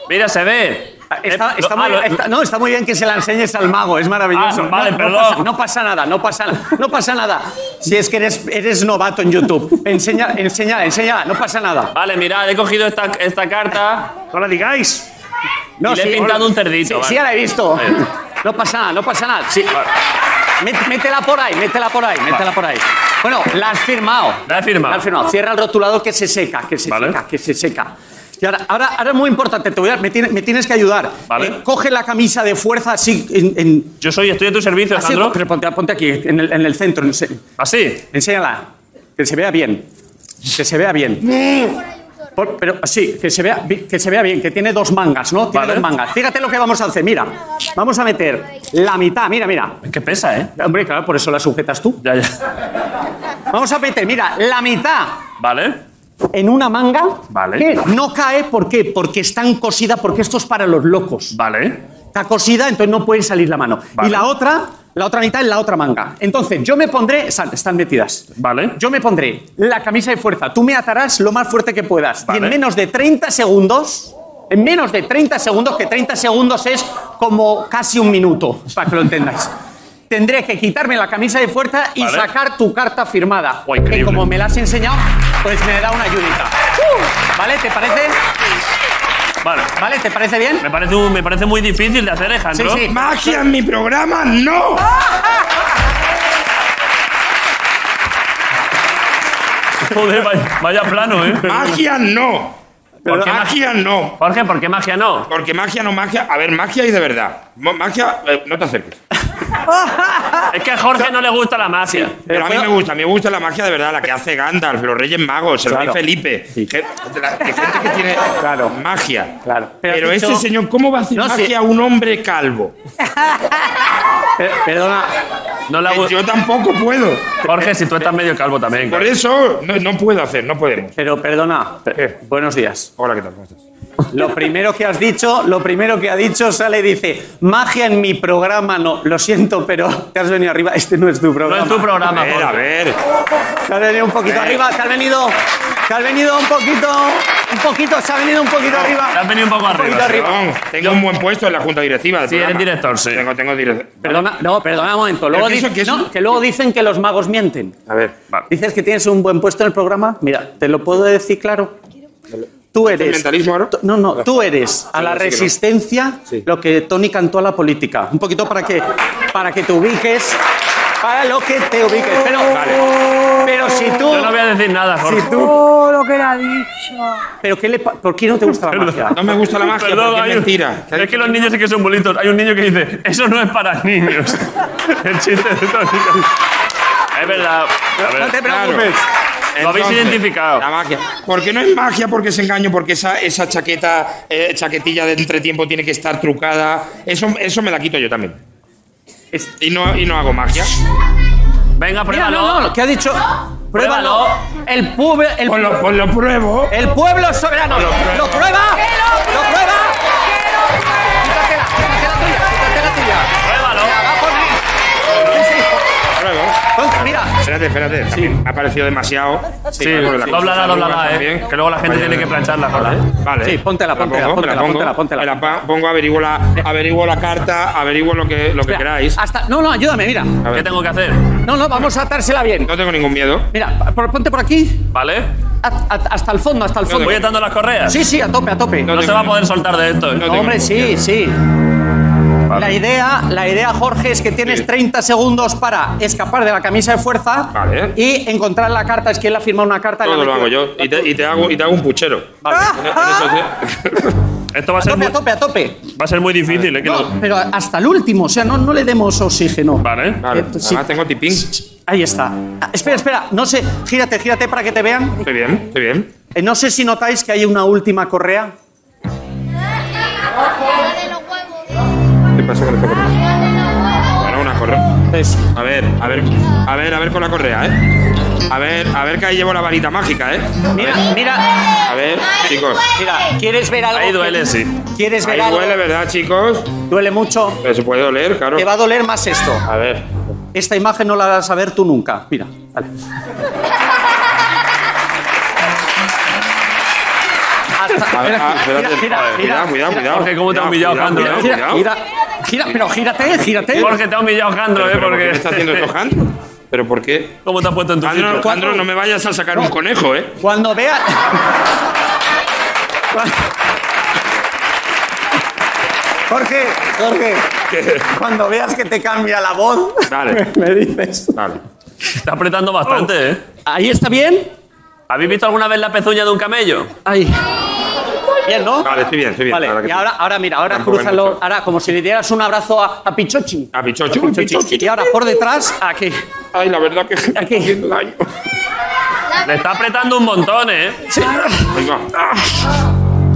B: Mira, se ve.
K: Está,
B: Eh,
K: está
B: lo-
K: muy,
B: ah, lo-
K: está- no, está muy bien que se la enseñes al mago, es maravilloso.
B: Ah, vale,
K: No, no
B: perdón.
K: pasa- No pasa, nada, no pasa, no pasa nada. Si es que eres, eres novato en YouTube, enseña, enseña, enseña, no pasa nada.
B: Vale, mirad, he cogido esta, esta carta.
D: No la digáis.
K: No,
B: Y le he pintado un cerdito,
K: Sí,
B: vale.
K: sí, ya la he visto.
B: Vale.
K: No pasa nada, no pasa nada. Sí.
B: Vale.
K: Mét- Métela por ahí, métela por ahí, métela por ahí. Bueno, la has firmado.
B: La he firmado.
K: La has firmado. Cierra el rotulador que se seca, que se
B: Vale.
K: seca, que se seca. Y ahora, ahora, ahora es muy importante, te voy a- me, tiene- me tienes que ayudar.
B: Vale.
K: coge la camisa de fuerza así, en, en-
B: Yo soy, estoy a tu servicio, Ah,
K: así,
B: Alejandro.
K: Ah, pero ponte, ponte aquí, en el, en el centro. ense-
B: Así.
K: Enséñala, que se vea bien, que se vea bien. Por- pero sí, que se, vea, bi- que se vea bien, que tiene dos mangas, ¿no? Tiene
B: Vale.
K: dos mangas. Fíjate lo que vamos a hacer, mira. Vamos a meter la mitad, mira, mira.
B: Es que pesa, ¿eh?
K: Hombre, claro, por eso la sujetas tú.
B: Ya, ya.
K: Vamos a meter, mira, la mitad
B: Vale.
K: en una manga
B: Vale.
K: que no cae, ¿por qué? Porque están cosida, porque esto es para los locos.
B: Vale.
K: Está cosida, entonces no puede salir la mano.
B: Vale.
K: Y la otra La otra mitad en la otra manga. Entonces, yo me pondré. Están, están metidas.
B: Vale.
K: Yo me pondré la camisa de fuerza. Tú me atarás lo más fuerte que puedas. Y en menos de 30 segundos. En menos de 30 segundos, que 30 segundos es como casi un minuto, para que lo entendáis. Tendré que quitarme la camisa de fuerza y
B: Vale. Oh,
K: sacar tu carta firmada.
B: increíble.
K: Que como me la has enseñado, pues me da una ayudita. ¿Vale? ¿Te parece?
B: Vale.
K: ¿Vale? ¿Te parece bien?
B: Me parece, un- me parece muy difícil de hacer, Alejandro.
K: Sí, sí.
I: ¡Magia en mi programa! ¡No!
B: *laughs* Joder, vaya, vaya plano, ¿eh?
I: ¡Magia no!
B: ¿Por qué
I: magia no.
B: Jorge, ¿por qué magia no?
I: Porque magia no, magia. A ver, magia y de verdad. Mo- Magia, eh, no te acerques. Ah,
B: Es que a Jorge no le gusta la magia.
I: Pero a mí me gusta, a mí me gusta la magia de verdad, la que hace Gandalf, los Reyes Magos, el
K: Claro.
I: Rey Felipe. Que- de la- de gente que tiene
K: Claro.
I: magia.
K: Claro.
I: Pero
K: has dicho-
I: este señor, ¿cómo va a hacer
K: No, sí.
I: magia a un hombre calvo?
K: Per- perdona.
B: No la gu-
I: Yo tampoco puedo.
B: Jorge, si tú estás medio calvo también.
I: Por eso no, no puedo hacer, no podemos.
K: Pero perdona.
I: ¿Qué?
K: Buenos días.
I: Hola, ¿qué tal? ¿Cómo estás?
K: Lo primero que has dicho, lo primero que ha dicho sale y dice, magia en mi programa no, lo siento, pero te has venido arriba, este no es tu
B: No
K: programa.
B: es tu
I: A
B: programa,
I: ver, a
B: Jorge.
I: ver.
K: Te has venido un poquito arriba, te has venido, te has venido un poquito, un poquito, se ha venido un poquito
B: Te has
K: arriba.
B: venido un poco
K: poquito
B: arriba.
K: arriba.
I: Perdón, tengo un buen puesto en la junta directiva. del
B: Sí, eres
I: programa.
B: director, sí.
I: Tengo, tengo director.
K: Perdona, no, perdona un momento. Luego
I: Pero que eso,
K: dic-
I: que eso-
K: no, que luego dicen que los magos mienten.
I: A ver, va.
K: Dices que tienes un buen puesto en el programa. Mira, te lo puedo decir claro. Tú eres.
I: mentalismo ahora?
K: tú- No, no, tú eres a la
I: sí que no.
K: resistencia
I: Sí.
K: lo que Tony cantó a la política. Un poquito para que, para que te ubiques. Para lo que te ubiques. Pero, pero si tú.
B: Yo no voy a decir nada, Jorge.
K: si tú
H: Oh, lo que le ha dicho.
K: ¿Pero qué le pa- ¿Por qué no te gusta la magia?
I: No me gusta la magia,
B: Perdón,
I: porque
B: hay
I: es
B: un-
I: mentira.
B: Es que los niños sí que son bonitos. Hay un niño que dice, eso no es para
I: *laughs*
B: niños. El chiste de Tony. Es verdad. A ver.
K: No te
I: Claro.
K: preocupes.
B: Lo habéis
I: Entonces,
B: identificado.
I: La magia. Porque no es magia porque es engaño, porque esa, esa chaqueta, eh, chaquetilla de entretiempo tiene que estar trucada. Eso, eso me la quito yo también.
K: Es-
I: Y no, y no hago magia.
B: Venga,
K: Mira,
B: pruébalo.
K: no, no, ¿qué ha dicho? Pruébalo. El, pube, el
I: Pues lo, pues lo pruebo.
K: El pueblo soberano. ¿Lo prueba? ¿Lo prueba? Quítatela, quítate la tuya, quítate la tuya.
B: Pruébalo.
K: Va por ahí. Sí, sí.
I: Lo pruebo.
K: Con- Mira,
I: Espérate, espérate. también Ha aparecido demasiado.
B: Sí, doblala, doblala, eh. Que luego la gente tiene que plancharla, Jorge.
I: Vale.
K: Sí, póntela,
I: Me la
K: póntela,
I: pongo,
K: póntela,
I: me
K: póntela, póntela.
I: Me la pa- pongo, averiguo la, averiguo la carta, averiguo lo que, lo que
K: espera,
I: queráis.
K: Hasta, no, no, ayúdame, mira.
I: A ver.
B: ¿Qué tengo que hacer?
K: No, no, vamos a atársela bien.
I: No tengo ningún miedo.
K: Mira, pa- por- ponte por aquí.
B: ¿Vale?
K: a- a- hasta el fondo, hasta el fondo.
B: ¿Voy atando las correas?
K: Sí, sí, a tope, a tope.
B: No se va a poder soltar de esto. ¿eh?
I: No tengo
K: Hombre,
I: ningún
K: sí,
I: miedo.
K: sí. La idea, la idea, Jorge, es que tienes
I: Sí.
K: 30 segundos para escapar de la camisa de fuerza
I: Vale.
K: y encontrar la carta. Es que él ha firmado una carta.
I: Todo
K: le ha
I: lo hago
K: metido-
I: yo. Y te, y te hago, y te hago un puchero. En- en
K: Ah.
I: eso sí.
B: Esto va a
K: A
B: ser
K: tope,
B: muy,
K: a tope, a tope.
B: va a ser muy difícil, ¿eh? que
K: No,
B: lo-
K: pero hasta el último, o sea, no, no le demos oxígeno.
B: Vale.
I: Vale.
K: Eh, sí.
I: Además tengo tipín. Estoy
K: Ahí está. Ah, espera, espera, no sé, gírate, gírate para que te vean.
I: bien, estoy bien.
K: Eh, no sé si notáis que hay una última correa.
I: ¿Qué pasa con esta correa? Bueno, una correa.
K: Entonces,
I: A ver, a ver, a ver, a ver con la correa, ¿eh? A ver, a ver que ahí llevo la varita mágica, ¿eh?
K: mira, mira,
I: A ver, chicos.
K: mira, ¿quieres ver algo?
B: Ahí
K: que-
B: duele, sí.
K: ¿Quieres ver
I: Ahí
K: algo?
I: duele, ¿verdad, chicos?
K: Duele mucho.
I: Pero se puede doler, claro.
K: Te va a doler más esto. *laughs*
I: A ver.
K: Esta imagen no la vas a ver tú nunca. Mira, vale. Hasta-
I: A ver, ah, espérate.
K: mira,
I: A
K: mira,
I: ver, cuidado, cuidado, cuidado.
B: Jorge, cómo te ha
I: Cuidado,
B: humillado, eh?
I: cuidado,
B: Jandro,
K: Gira,
I: cuidado.
K: gira, gira, pero gírate, gírate.
B: Jorge, te ha humillado Jandro,
I: Pero,
B: ¿eh?
I: pero, ¿por qué
B: Porque.
I: me está haciendo
B: *laughs*
I: esto Jandro? ¿Pero por qué?
B: ¿Cómo te has puesto en tu
I: Jandro,
B: sitio?
I: Jandro, no me vayas a sacar un conejo, ¿eh?
K: Cuando veas. Jorge, Jorge, cuando veas que te cambia la voz,
B: *laughs*
I: Dale.
K: me dices.
I: Vale.
B: Está apretando bastante, ¿eh?
K: Ahí está bien.
B: ¿Habéis visto alguna vez la pezuña de un camello?
K: Ahí. Bien, ¿no?
I: Vale, estoy bien, estoy bien.
K: Vale,
I: Ahora que
K: y
I: sí.
K: ahora, ahora mira, ahora
I: Tampoco es
K: cruzalo,
I: mucho.
K: ahora como si le dieras un abrazo a, a Pichochi.
I: A Pichochi. Uy, Pichochi.
K: Y ahora por detrás, aquí.
I: Ay, la verdad que está
K: Aquí.
I: haciendo daño.
B: Le está apretando un montón, ¿eh?
I: Venga.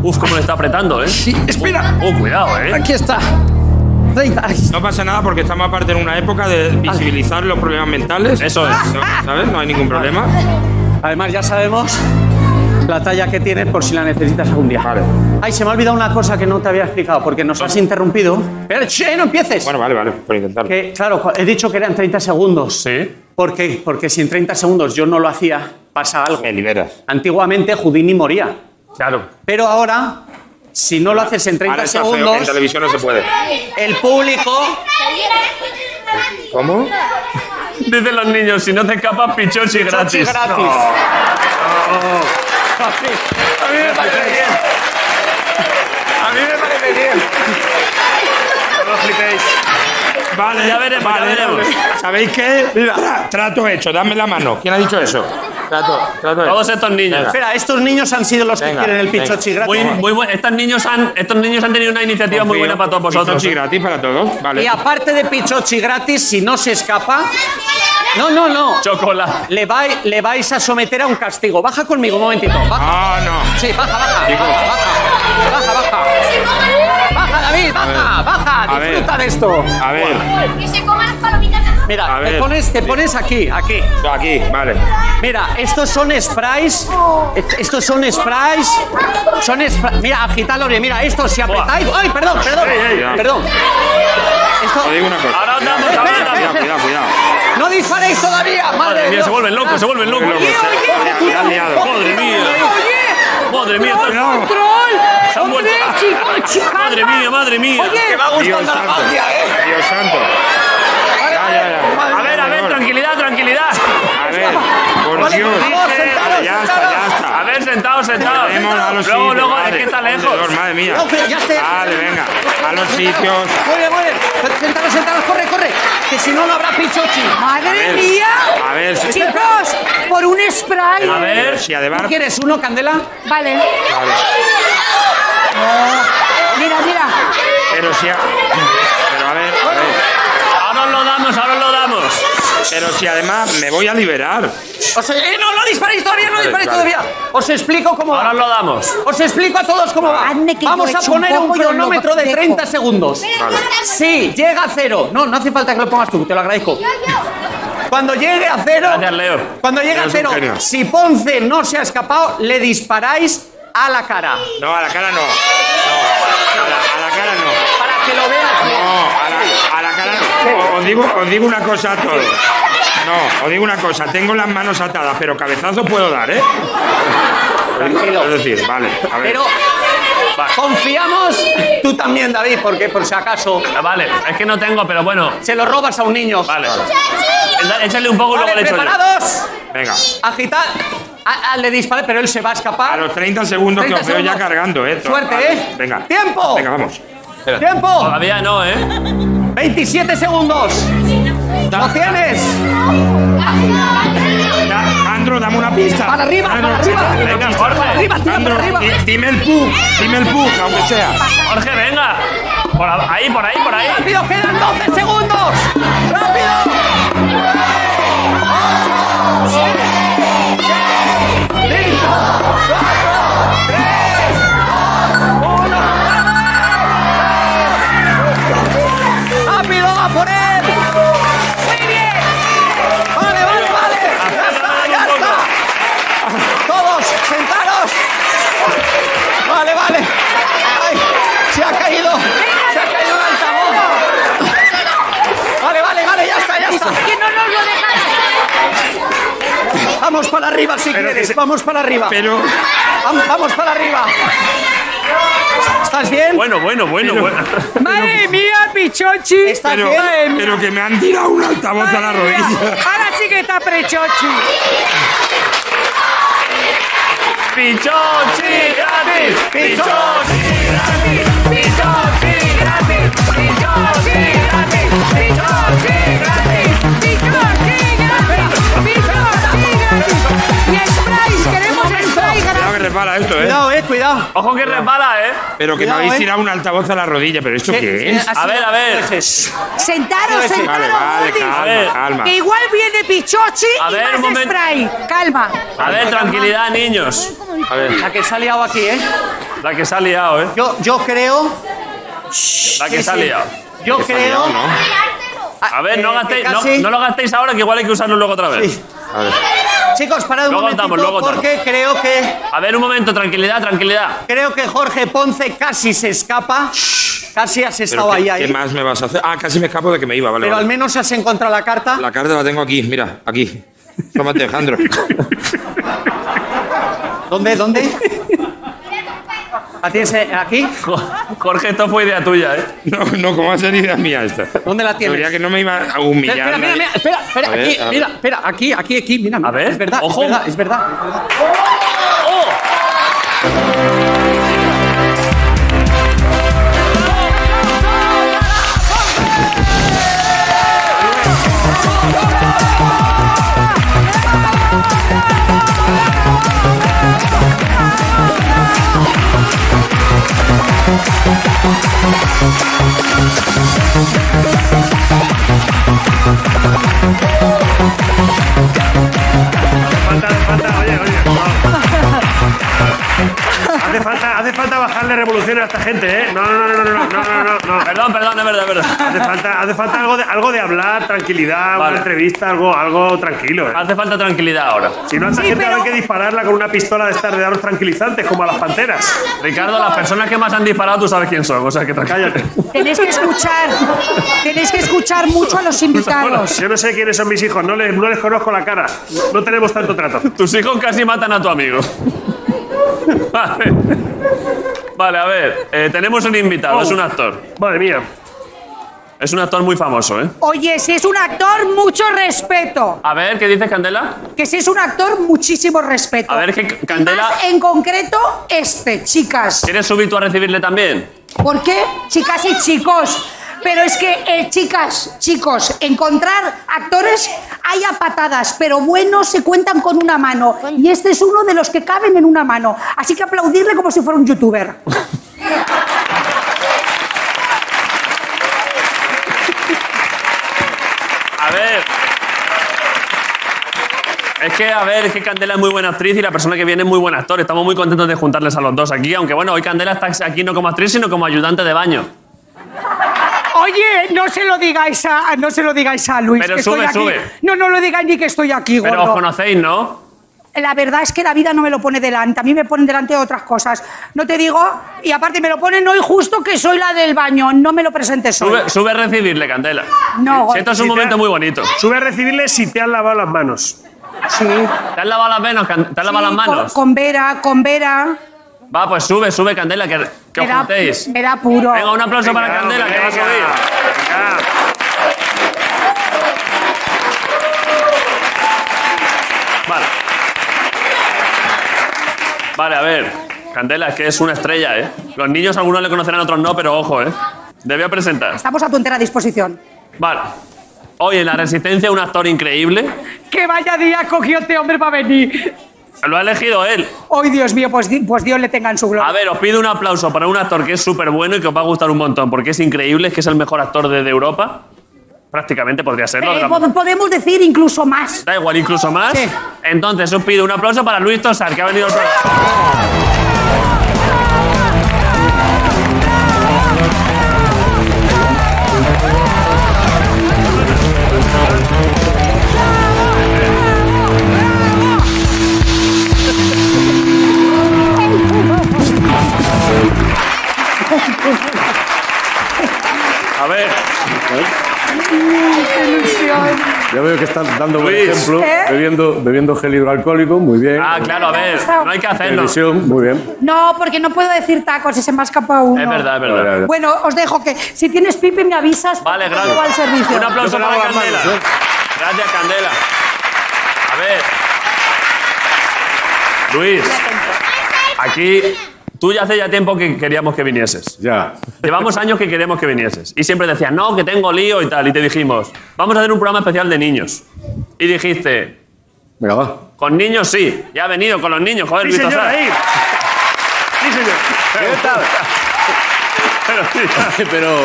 B: Uf, cómo le está apretando, ¿eh?
K: Sí, espera,
B: Uh, cuidado, ¿eh?
K: aquí está. 30. Ay,
I: No pasa nada porque estamos aparte en una época de visibilizar los problemas mentales.
B: Eso es.
I: No, ¿Sabes? No hay ningún problema.
K: Además, ya sabemos la talla que tienes por si la necesitas algún día. Vale. Ay, se me ha olvidado una cosa que no te había explicado porque nos has interrumpido. Pero, che, no empieces. Bueno,
I: vale, vale, por intentarlo.
K: Que, claro, cu- he dicho que eran 30 segundos. Sí. ¿Por qué? Porque si en 30 segundos yo no lo hacía, pasa algo. Me
I: liberas.
K: Antiguamente Houdini moría. Claro. Pero ahora, si no lo haces en 30
I: Ahora está feo,
K: segundos,
I: En televisión no se puede.
K: el público...
I: ¿Cómo?
B: Dicen los niños, si no te escapas, pichochi gratis.
K: gratis.
A: A mí me parece bien. A mí me parece bien.
D: No lo flipéis.
I: Vale,
B: Ya veremos, ya
I: vale,
B: veremos.
I: ¿Sabéis qué? Tra- Trato hecho, dame la mano. ¿Quién ha dicho eso? Trato, trato hecho.
B: Todos estos niños.
I: Venga.
K: Espera, estos niños han sido los
I: Venga,
K: que quieren el
I: venga.
K: pichochi gratis.
B: Muy- muy buen- estos, niños han, estos niños han tenido una iniciativa muy buena para todos vosotros. ¿eh?
I: Pichochi gratis para todos, vale.
K: Y aparte de pichochi gratis, si no se escapa... No, no, no.
B: Chocolate.
K: Le, vai- le vais a someter a un castigo. Baja conmigo un momentito. Baja.
I: Ah, no.
K: Sí, baja, baja. Baja, baja. Baja, baja. Baja, David, baja, Ah, baja.
I: A ver.
K: Disfruta de esto.
I: A ver,
E: Que se coman las palomitas de arroz.
K: Mira,
I: A
K: te
I: ver.
K: pones, te pones aquí, aquí.
I: aquí, vale.
K: Mira, estos son sprays. est- Estos son sprays. Son spra- Mira, agitadlo bien. Mira, estos si apretáis. ¡Ay, perdón, perdón!
I: Ey, ey.
K: Perdón. Esto.
I: Te digo una cosa.
B: Ahora
K: *laughs*
I: Cuidado,
B: andamos, ahora
I: Cuidado,
B: andamos.
I: cuidado, cuidado.
K: ¡No disparéis todavía! ¡Madre
B: Madre
K: de
B: mía,
K: Dios!
B: se vuelven locos, se vuelven locos.
I: Vuelven locos.
K: ¡Oye,
I: Ya han liado.
K: oye!
B: Madre mía. Madre mía,
K: ¡Control!
B: está-
K: ¡Control!
B: Se han vuelto-
K: ¡Hombre, chicos, chicas!
B: madre mía, madre mía.
K: Oye, que va
I: Dios
K: gustando la
I: santo.
K: magia, ¿eh?
I: Dios santo. Ya, ya, ya.
B: A ver, a ver, tranquilidad, tranquilidad.
I: A ver, por
K: Vale,
I: Dios.
K: por favor, sentados,
I: Vale, ya está, ya
K: sentados.
I: está.
B: A ver, sentados, sentados.
I: Tenemos a los
B: Luego,
I: sitios,
B: luego, es
I: vale.
B: que está
I: Alrededor,
B: lejos.
I: Madre mía.
K: No, pero ya estoy-
I: Vale, venga. A los sitios.
K: Muy bien, muy bien. Sentaros, sentaros, corre, corre. Que si no, no habrá pichochi.
H: ¡Madre
I: ver,
H: mía!
I: a ver, sí.
H: Chicos, por un spray.
B: A ver.
I: Si a de
K: ¿Tú
I: bar.
K: quieres uno, Candela?
H: Vale. Ah,
I: Vale.
H: Mira, mira.
I: Pero si a. Pero a ver, a ver.
B: Ahora os lo damos, ahora os lo damos.
I: Pero si además me voy a liberar.
K: O sea, eh, no, no disparéis todavía, no
I: Vale,
K: disparéis
I: vale.
K: todavía. Os explico cómo
B: Ahora
K: va.
B: os lo damos.
K: Os explico a todos cómo va.
H: Hazme que
K: Vamos
H: yo
K: a
H: eche un
K: poner un
H: poco y os lo
K: cronómetro de
H: dejo.
K: 30 segundos. Sí, llega a cero. No, no hace falta que lo pongas tú, te lo agradezco. Cuando llegue a cero.
B: Gracias, Leo.
K: Cuando llegue a
I: Eres un
K: cero,
I: genio.
K: si Ponce no se ha escapado, le disparáis a la cara.
I: No, a la cara no. No, a la, a la cara no.
K: Para que lo veas. bien.
I: No, a la, a la cara. o- Os digo, os digo una cosa a todos. No, os digo una cosa. Tengo las manos atadas, pero cabezazo puedo dar, ¿eh?
K: Tranquilo.
I: Es decir, vale. A ver.
K: Pero confiamos, tú también, David, porque por si acaso
B: Ah, Vale, es que no tengo, pero bueno.
K: se lo robas a un niño.
B: Vale. Échale un poco y
K: Vale,
B: luego le echo yo.
K: preparados.
I: Venga.
K: Agita. A- a- le dispara, pero él se va a escapar.
I: A los 30 segundos
K: 30
I: que os veo ya
K: segundos.
I: cargando, ¿eh?
K: Suerte,
I: Vale,
K: ¿eh?
I: Venga.
K: ¡Tiempo!
I: Venga, vamos.
K: ¡Tiempo!
B: Todavía no, ¿eh?
K: 27 segundos. ¿Lo tienes?
I: Da- Andro, dame una pista.
K: Para arriba,
I: Andro,
K: para arriba.
I: dame una
B: Venga,
I: pista.
B: Jorge.
K: Arriba, tira
I: Andro,
K: para arriba.
I: di- dime el pug, dime el pug, aunque sea.
B: Jorge, venga. Por a- ahí, por ahí, por ahí.
K: ¡Rápido! ¡Quedan 12 segundos! ¡Rápido! ¡Rápido, va por él! ¡Muy bien! ¡Vale, vale, vale! ¡Ya está, ya está! ¡Todos, sentaros! ¡Vale, vale! ¡Ay! ¡Se ha caído! ¡Se ha caído el altavoz! ¡Vale, vale, vale! ¡Ya está, ya está!
E: Que no nos lo dejan.
K: ¡Vamos para arriba si
I: Pero que
K: quieres!
I: se-
K: ¡Vamos para arriba!
I: Pero,
K: Vam- ¡Vamos para arriba! ¿Estás bien?
B: Bueno, bueno, bueno, bueno.
J: ¡Madre mía, Pichochi!
K: ¿Estás
I: pero,
K: bien?
I: pero que me han tirado un altavoz a la
J: Madre mía,
I: rodilla.
J: Ahora sí que está prechochi.
B: ¡Pichochi gratis! ¡Pichochi!
I: Cuidado que repara esto, ¿eh?
K: Cuidado, eh, cuidado.
B: Ojo que resbala, ¿eh?
I: Pero que
K: Cuidado,
I: me habéis
K: ¿eh?
I: tirado un altavoz a la rodilla. ¿Pero esto qué es?
B: A ver, a ver.
H: Sentaros,
K: Sí, sí.
H: sentaros.
I: Vale, vale,
H: Goldis.
B: A ver.
I: calma, calma.
H: Que igual viene Pichochi
B: A
H: y
B: ver, un
H: más
B: momento.
H: spray. Calma.
B: A ver, tranquilidad, niños.
I: A ver,
K: La que se ha liado aquí, ¿eh?
B: La que se ha liado, ¿eh?
K: Yo, yo creo...
B: La que
K: sí,
B: se ha
K: sí.
B: liado.
K: Yo
I: que se ha
K: creo...
I: liado, ¿no?
B: A ver, no,
K: Eh, que
B: gastéis, no,
K: casi-
B: no lo gastéis ahora, que igual hay que usarlo luego otra vez.
K: Sí.
I: A ver.
K: Chicos, parad un
B: Luego
K: momentito
B: contamos, luego contamos.
K: porque creo que...
B: A ver, un momento, tranquilidad, tranquilidad.
K: Creo que Jorge Ponce casi se escapa. Casi has
I: Pero
K: estado
I: ¿qué-
K: ahí,
I: ¿Qué
K: ahí.
I: más me vas a hacer? Ah, casi me escapo de que me iba, vale.
K: Pero
I: vale.
K: al menos has encontrado la carta.
I: La carta la tengo aquí, mira, aquí.
K: *laughs*
I: Tómate, Alejandro.
K: ¿Dónde? ¿Dónde? ¿La tienes eh, aquí?
B: Jorge, esto fue idea tuya, ¿eh?
I: No, no, ¿cómo va a ser idea mía esta?
K: ¿Dónde la tienes?
I: Debería que no me iba a humillar.
K: Espera, mira,
I: nadie.
K: mira, espera, espera,
I: A ver,
K: aquí,
I: a ver.
K: mira, espera, aquí, aquí, aquí, mira, mira,
B: A ver,
K: es verdad,
B: ojo.
K: es verdad, es verdad.
D: Falta, falta,
K: *laughs*
D: oye, oye. no. Hace falta, hace falta bajarle revoluciones a esta gente, ¿eh? No, no, no, no, no, no, no, no, no.
B: Perdón, perdón, es verdad, es verdad.
D: Hace falta, hace falta algo, de, algo de hablar, tranquilidad,
B: Vale.
D: una entrevista, algo, algo tranquilo. ¿eh?
B: Hace falta tranquilidad ahora.
D: Si no, a esta
J: Sí,
D: gente va a
J: pero-
D: haber que dispararla con una pistola de estas de daros tranquilizantes, como a las panteras.
B: Ricardo, las personas que más han disparado, tú sabes quién son, o sea que tranquilo.
D: Cállate.
H: Tenéis que escuchar, tenéis que escuchar mucho
B: *laughs*
H: a los invitados.
D: Yo no sé quiénes son mis hijos, no les, no les conozco la cara. No tenemos tanto trato.
B: Tus hijos casi matan a tu amigo. Vale. Vale, a ver. eh, tenemos un invitado,
D: Oh.
B: es un actor.
D: Madre mía.
B: Es un actor muy famoso, ¿eh?
H: Oye, si es un actor, mucho respeto.
B: A ver, ¿qué dices, Candela?
H: Que si es un actor, muchísimo respeto.
B: A ver, que C- Candela.
H: Más en concreto, este, chicas.
B: ¿Quieres subir tú a recibirle también?
H: ¿Por qué? Chicas y chicos. Pero es que, eh, chicas, chicos, encontrar actores hay a patadas, pero buenos se cuentan con una mano. Y este es uno de los que caben en una mano. Así que aplaudirle como si fuera un youtuber.
B: A ver. Es que, a ver, es que Candela es muy buena actriz y la persona que viene es muy buen actor. Estamos muy contentos de juntarles a los dos aquí, aunque bueno, hoy Candela está aquí no como actriz, sino como ayudante de baño.
J: Oye, no se lo digáis a, no se lo digáis a Luis.
B: Pero
J: que
B: sube,
J: estoy aquí.
B: sube.
J: No, no lo digáis ni que estoy aquí,
B: Pero os
J: gordo.
B: conocéis, ¿no?
H: La verdad es que la vida no me lo pone delante, a mí me ponen delante otras cosas. No te digo, y aparte me lo ponen hoy justo que soy la del baño, no me lo presentes hoy.
B: Sube, sube a recibirle, Candela.
H: No,
B: Si esto es un
D: Si te-
B: momento muy bonito.
D: Sube a recibirle si te han lavado las manos.
H: Sí.
B: ¿Te has lavado las manos? Can- ¿Te has lavado
H: Sí,
B: las manos?
H: Con, con Vera, con Vera.
B: Va, pues sube, sube, Candela, que, que
H: Me
B: os
H: da,
B: juntéis.
H: me da puro.
B: Venga, un aplauso para
D: Venga,
B: Candela, que va a
D: venga.
B: subir.
D: Venga.
B: Vale. Vale, a ver. Candela, es que es una estrella, ¿eh? Los niños algunos le conocerán, otros no, pero ojo, ¿eh? Debía presentar.
H: Estamos a tu entera disposición.
B: Vale. Hoy en La Resistencia, un actor increíble.
J: Que vaya día cogió este hombre para venir.
B: Lo ha elegido él.
H: Hoy, Dios mío, pues, di- pues Dios le tenga en su
B: A
H: gloria.
B: ver, os pido un aplauso para un actor que es súper bueno y que os va a gustar un montón, porque es increíble, es que es el mejor actor de, de Europa. Prácticamente podría serlo.
H: Eh,
B: de la-
H: pod- podemos decir incluso más.
B: Da igual, incluso más.
H: Sí.
B: Entonces, os pido un aplauso para Luis Tosar, que ha venido al programa. A ver,
L: Ya veo que estás dando buen
B: Luis.
L: ejemplo,
H: ¿Eh?
L: bebiendo, bebiendo gel hidroalcohólico, muy bien.
B: ah, claro, a ver, no hay que hacerlo. Es
L: Televisión, muy bien.
H: No, porque no puedo decir tacos, se me ha escapado uno.
B: verdad, es verdad.
H: Bueno, os dejo que si tienes pipi me avisas.
B: Vale,
H: porque
B: gracias.
H: llego al servicio.
B: Un
L: Yo
B: aplauso
L: te lavo
B: para
L: las
B: Candela.
L: manos, ¿eh?
B: Gracias, Candela. A ver. Luis, aquí tú ya hace ya tiempo que queríamos que vinieses.
L: Ya.
B: Llevamos años que queríamos que vinieses. Y siempre decías, no, que tengo lío y tal. Y te dijimos, vamos a hacer un programa especial de niños. Y dijiste,
L: Venga, va.
B: con niños sí. Ya ha venido con los niños, joder,
D: Sí,
B: Luis
D: señor,
B: Tosar.
D: ahí. Sí, señor.
L: *laughs* Pero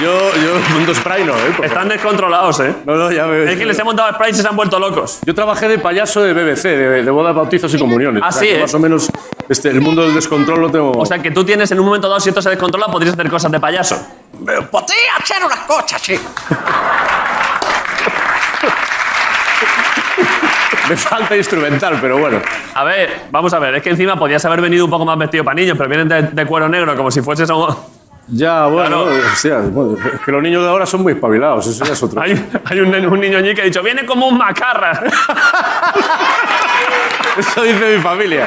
L: yo, yo mundo spray no, ¿eh? Por favor.
B: Están descontrolados, ¿eh?
L: No, no, ya veo.
B: Es que les hemos dado spray y se han vuelto locos.
L: Yo trabajé de payaso de BBC, de, de bodas, bautizos y comuniones.
B: Ah, sí,
L: que
B: ¿eh?
L: Más o menos este, el mundo del descontrol lo tengo.
B: O sea que tú tienes en un momento dado, si esto se descontrola, podrías hacer cosas de payaso.
J: Podría hacer unas cosas, sí.
L: Me falta instrumental, pero bueno.
B: A ver, vamos a ver, es que encima podías haber venido un poco más vestido para niños, pero vienen de, de cuero negro, como si fueses a un...
L: Ya, bueno, o sea, bueno, es que los niños de ahora son muy espabilados, eso ya es otro.
B: Hay, hay un, un niño allí que ha dicho, viene como un macarra.
L: Eso dice mi familia.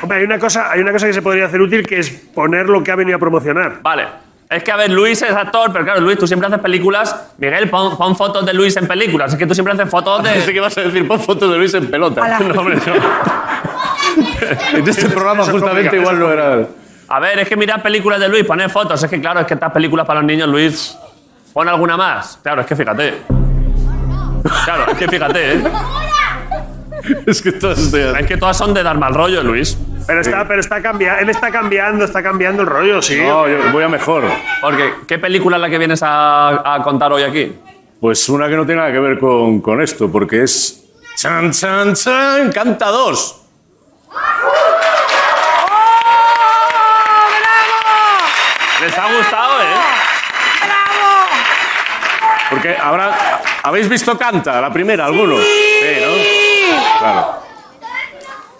D: Hombre, hay una, cosa, hay una cosa que se podría hacer útil que es poner lo que ha venido a promocionar.
B: Vale. Es que, a ver, Luis es actor, pero claro, Luis, tú siempre haces películas. Miguel, pon, pon fotos de Luis en películas. Es que tú siempre haces fotos de.
L: *laughs* Pensé que ibas a decir, pon fotos de Luis en pelota. *laughs*
B: Ala. No, hombre, no. *laughs*
L: En este programa
B: Eso es
L: justamente
B: complicado,
L: igual no era.
B: A ver, es que mirar películas de Luis, poner fotos. Es que, claro, es que estas películas para los niños, Luis, pon alguna más. Claro, es que fíjate. Claro, es que fíjate, ¿eh?
L: *laughs* Es que todas
B: Es que todas son de dar mal rollo, Luis.
D: Pero está, pero está cambiando, él está cambiando, está cambiando el rollo, sí.
L: No, yo voy a mejor.
B: Porque, ¿qué película es la que vienes a, a contar hoy aquí?
L: Pues una que no tiene nada que ver con, con esto, porque es. ¡Chan, chan, chan! ¡Canta dos!
B: Les ha gustado, ¿eh?
L: Porque habrá. ¿Habéis visto Canta, la primera, algunos? Sí, ¿no? Claro.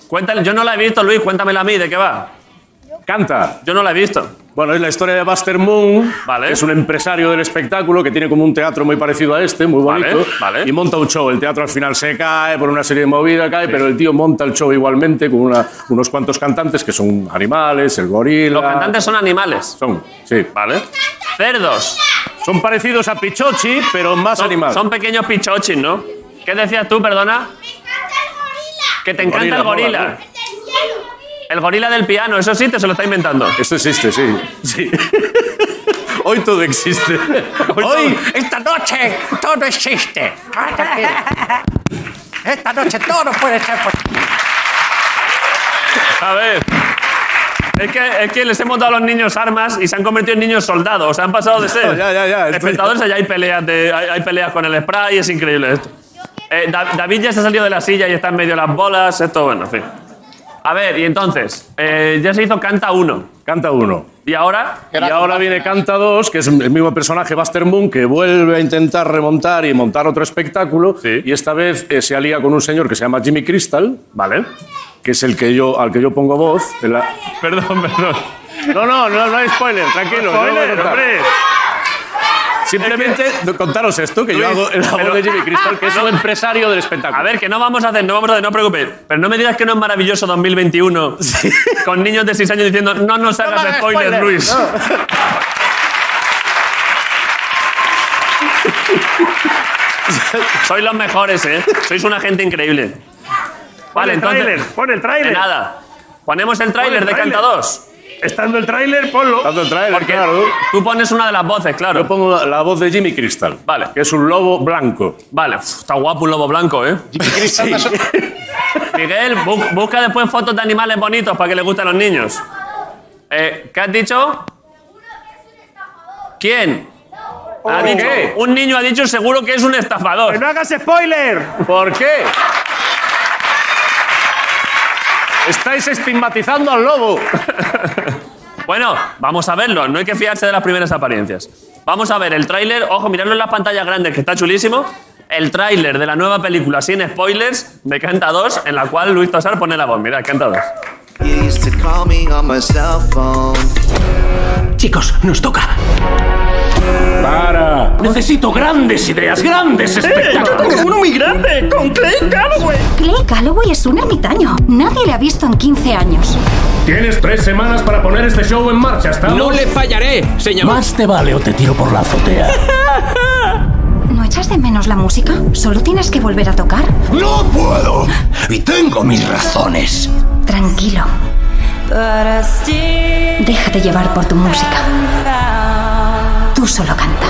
B: Cuéntale, yo no la he visto, Luis, cuéntamela a mí, ¿de qué va?
L: Canta.
B: Yo no la he visto.
L: Bueno, es la historia de Buster Moon, que es un empresario del espectáculo que tiene como un teatro muy parecido a este, muy
B: Vale,
L: bonito,
B: vale.
L: y monta un show. El teatro al final se cae por una serie de movidas, cae, pero el tío monta el show igualmente con una- unos cuantos cantantes que son animales, el gorila.
B: Los cantantes son animales.
L: Son, sí.
B: Vale. Cerdos.
L: Son parecidos a Pichochi, pero más
B: Son-
L: animales.
B: Son pequeños pichochis, ¿no? ¿Qué decías tú, perdona? Que te encanta el
L: Gorila,
B: gorila.
L: mola,
B: El gorila del piano, eso sí te se lo está inventando.
L: Esto existe, sí.
B: *laughs*
L: Sí. Hoy todo existe. Hoy.
J: Esta noche todo
B: *laughs*
J: existe. Esta noche todo puede ser posible.
B: A ver. Es que, es que les hemos dado a los niños armas y se han convertido en niños soldados. O sea, han pasado de ser
L: No, ya, ya, ya, esto
B: espectadores a ya hay peleas, de- hay, hay peleas con el spray. Es increíble esto. Eh, Da- David ya se salió de la silla y está en medio de las bolas. Esto, bueno, en fin. A ver, y entonces, eh, ya se hizo Canta 1.
L: Canta uno.
B: ¿Y ahora?
L: Y ahora viene Canta 2, que es el mismo personaje, Buster Moon, que vuelve a intentar remontar y montar otro espectáculo. Y esta vez eh, se alía con un señor que se llama Jimmy Crystal.
B: Vale.
L: Que es el que yo, al que yo pongo voz. en la-
B: Perdón, perdón.
L: No, no, no, no hay spoiler, tranquilo. yo lo voy a
D: Spoiler,
L: contar.
D: hombre.
L: Simplemente contaros esto, que yo hago el
B: pero-
L: voz de Jimmy Crystal,
B: *laughs*
L: que es un empresario del espectáculo.
B: A ver, que no vamos a hacer, no vamos a hacer, no os preocupéis. Pero no me digas que no es maravilloso 2021 con niños de 6 años diciendo no nos hagas
L: hagas
B: spoilers,
L: spoiler".
B: Luis. *laughs* Sois los mejores, ¿eh? Sois una gente increíble.
D: Pon
B: Vale,
D: el
B: entonces.
D: tráiler, pon el
B: de
D: tráiler.
B: nada. Ponemos el tráiler
D: el
B: de
D: tráiler.
B: Canta 2.
D: Estando el tráiler, ponlo.
L: Tanto el tráiler,
B: Porque
L: claro.
B: tú pones una de las voces,
L: Yo
B: claro.
L: pongo la, la voz de Jimmy Crystal,
B: Vale.
L: que es un lobo blanco.
B: Vale, uf, está guapo un lobo blanco, ¿eh?
L: *laughs*
B: Miguel, bu- busca después fotos de animales bonitos para que les gusten a los niños. Eh, ¿Qué has dicho? ¿Quién? Ha
L: ¿Por
B: dicho,
L: qué?
B: un niño ha dicho seguro que es un
D: ¡Que
B: estafador.
D: no hagas spoiler!
L: ¿Por qué? Estáis estigmatizando al lobo.
B: Bueno, vamos a verlo, no hay que fiarse de las primeras apariencias. Vamos a ver el tráiler, ojo, miradlo en las pantallas grandes, que está chulísimo. El tráiler de la nueva película sin spoilers de Canta 2, en la cual Luis Tosar pone la voz. Mira, Canta 2.
M: used to call me on my cell phone.
N: Chicos, nos toca.
L: Para.
N: Necesito grandes ideas, grandes espectáculos.
O: uno muy grande con Clay Calloway. Clay Calloway es un ermitaño. Nadie le ha visto en 15 años.
P: Tienes tres semanas para poner este show en marcha, ¿estamos?
N: No le fallaré, señor. Más te vale o te tiro por la azotea.
O: ¿No echas de menos la música? Solo tienes que volver a tocar.
N: ¡No puedo! Y tengo mis razones.
O: Tranquilo. Déjate llevar por tu música. Tú solo canta.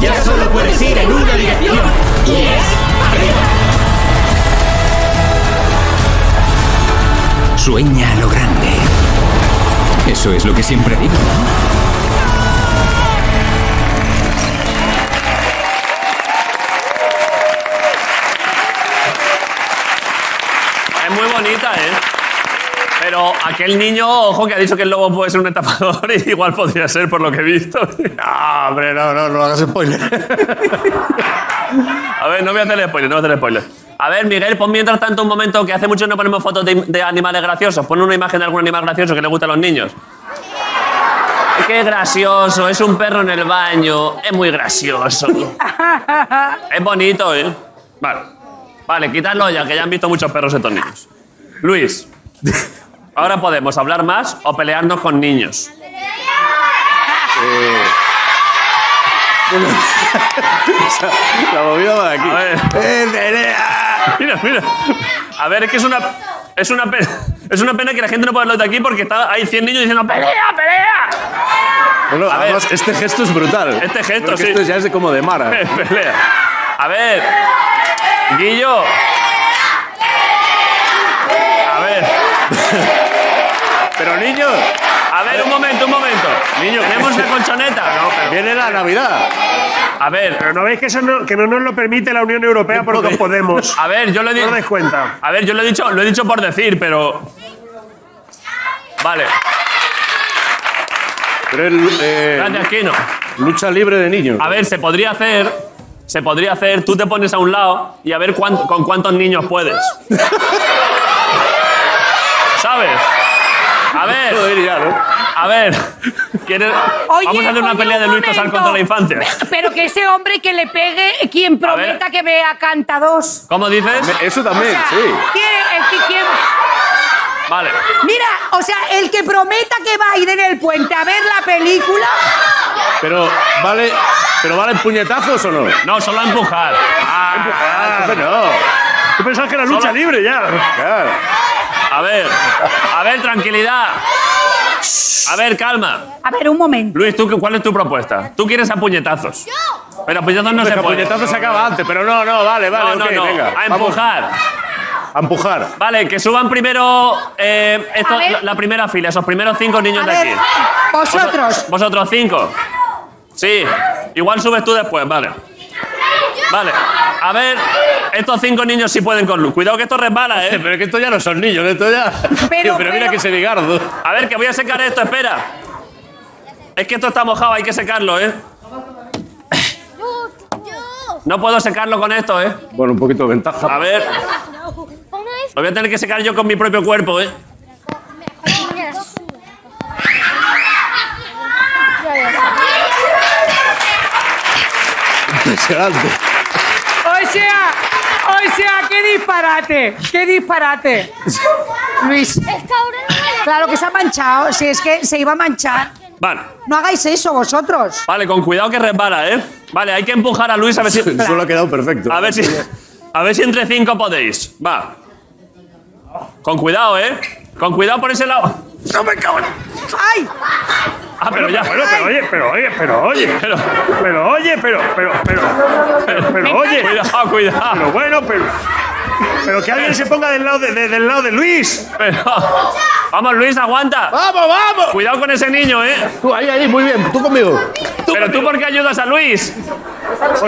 N: Ya solo puedes ir en una dirección. Y es arriba. Sueña a lo grande. Eso es lo que siempre digo.
B: Es muy bonita, ¿eh? Pero aquel niño, ojo, que ha dicho que el lobo puede ser un estafador, y igual podría ser por lo que he visto. *laughs* Ah,
L: No, hombre, no, no, no hagas spoiler.
B: A ver, no voy a hacer spoiler, no voy a hacer spoiler. A ver, Miguel, pon mientras tanto un momento que hace mucho no ponemos fotos de, de animales graciosos. Pon una imagen de algún animal gracioso que le gusta a los niños. Qué gracioso, es un perro en el baño, es muy gracioso. Es bonito, ¿eh? Vale. Vale, quitadlo ya, que ya han visto muchos perros estos niños. Luis, ahora podemos hablar más o pelearnos con niños.
L: *laughs* La movida va de aquí. eh,
B: Mira, mira. A ver, es que es una. Es una pena. Es una pena que la gente no pueda hablar de aquí porque está, hay 100 niños diciendo ¡Pelea, pelea!
L: Bueno,
B: A ver.
L: además, este gesto es brutal.
B: Este gesto,
L: Porque
B: sí.
L: Esto ya es de como de Mara.
B: *laughs* pelea. A ver. Guillo. A ver. *laughs* Pero niños. A ver, un momento, un momento. Niños. Tenemos la colchoneta.
D: Viene la
L: Navidad.
B: A ver.
D: Pero no veis que, eso no, que no nos lo permite la Unión Europea porque no
L: *laughs*
D: podemos.
B: A ver, yo lo he dicho.
D: No os dais cuenta.
B: A ver, yo lo he dicho, lo he dicho por decir, pero. Vale.
L: Pero el, eh,
B: Gracias, Kino.
L: lucha libre de niños.
B: A ver, se podría hacer. Se podría hacer, tú te pones a un lado y a ver cuán- con cuántos niños puedes. ¿Sabes? A ver. A ver. ¿quieres-
Q: Oye,
B: vamos a hacer una
Q: oye,
B: pelea
Q: un
B: de Luis Tosar
Q: momento.
B: contra la infancia.
Q: Pero que ese hombre que le pegue, quien prometa que vea canta dos.
B: ¿Cómo dices?
L: Eso también, sí.
Q: ¿Quién es que quién?
B: Vale.
H: Mira, o sea, el que prometa que va a ir en el puente a ver la película.
L: Pero vale, pero vale puñetazos o no?
B: No, solo a empujar.
L: Ah, entonces no.
D: Yo pensaba que era lucha libre ya.
L: Claro.
B: A ver. A ver, tranquilidad. A ver, calma.
H: A ver, un momento.
B: Luis, ¿tú, qué- ¿cuál es tu propuesta? Tú quieres a puñetazos. Pero a puñetazos no
L: Venga,
B: se puede.
L: puñetazos se acaba antes, pero no, no, Ah, em- vale, vale,
B: No,
L: ok,
B: no, no.
L: venga,
B: A
L: vamos.
B: empujar.
L: A empujar.
B: Vale, que suban primero eh, esto-
H: A ver.
B: la, la primera fila, esos primeros cinco niños
H: A
B: de
H: ver,
B: aquí.
H: vosotros.
B: Vos- Vosotros cinco. Sí, igual subes tú después, vale. Vale, a ver, estos cinco niños sí pueden con luz. Cuidado que esto resbala, ¿eh?
L: Pero que estos ya no son niños, esto ya.
B: Pero,
L: mira que se ligardo.
B: A ver, que voy a secar esto, espera. Es que esto está mojado, hay que secarlo, ¿eh? No puedo secarlo con esto, ¿eh?
L: Bueno, un poquito de ventaja.
B: A ver. Lo voy a tener que secar yo con mi propio cuerpo, ¿eh?
L: Impresionante.
Q: O sea, o sea, qué disparate, qué disparate.
H: Luis. Claro que se ha manchado. Si es que se iba a manchar.
B: Vale.
H: No hagáis eso vosotros.
B: Vale, con cuidado que resbala, ¿eh? Vale, hay que empujar a Luis a
L: *laughs*
B: ver si.
L: Solo ha quedado perfecto.
B: A ver si. A ver si entre cinco podéis. Va. Con cuidado, ¿eh? Con cuidado por ese lado. ¡No me cago
H: ¡Ay!
B: Ah, pero ya.
D: Bueno, pero oye, pero oye, pero oye.
B: Pero,
D: pero oye, pero, pero, pero, pero, pero oye.
B: Cuidado, cuidado.
D: Pero bueno, pero. Pero que alguien se ponga del lado de, de- del lado de Luis.
B: Pero. Vamos, Luis, aguanta.
L: ¡Vamos, vamos!
B: Cuidado con ese niño, ¿eh?
L: Tú, ahí, ahí, muy bien. Tú conmigo.
B: pero tú, ¿por qué ayudas a Luis?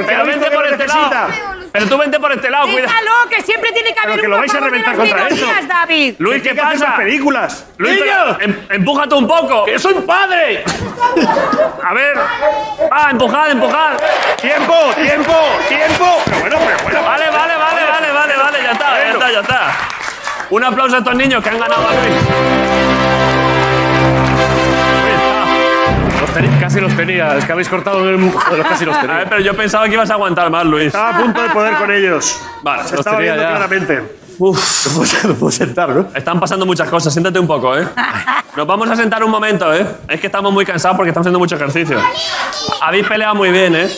B: pero vente por este lado. Pero tú vente por este lado, cuidado.
Q: Dígalo, que siempre tiene que haber
B: que
Q: un
B: lo vais a
Q: favor de
B: reventar
Q: las
B: contra eso.
Q: minorías, David.
B: Luis, ¿qué pasa? películas. Luis,
Q: ¡Niño!
B: pero em- empújate un poco. ¡Que soy padre! A ver. Va, empujad, empujad.
D: ¡Tiempo, tiempo, tiempo! Pero bueno, pero bueno.
B: Vale, vale, vale, vale, vale, vale, ya está, ya está, ya está. Un aplauso a estos niños que han ganado a Luis.
L: Los teni- casi los tenía. Es que habéis cortado el... Bueno, casi los
B: A
L: tenía.
B: ver, pero yo pensaba que ibas a aguantar más, Luis.
D: Estaba a punto de poder con ellos.
B: Vale,
D: Se estaba viendo claramente.
B: *laughs* Uf, no puedo, sentar, ¿no? Están pasando muchas cosas, siéntate un poco, *laughs* ¿eh? Nos vamos a sentar un momento, ¿eh? Es que estamos muy cansados porque estamos haciendo mucho ejercicio. Habéis peleado muy bien, ¿eh?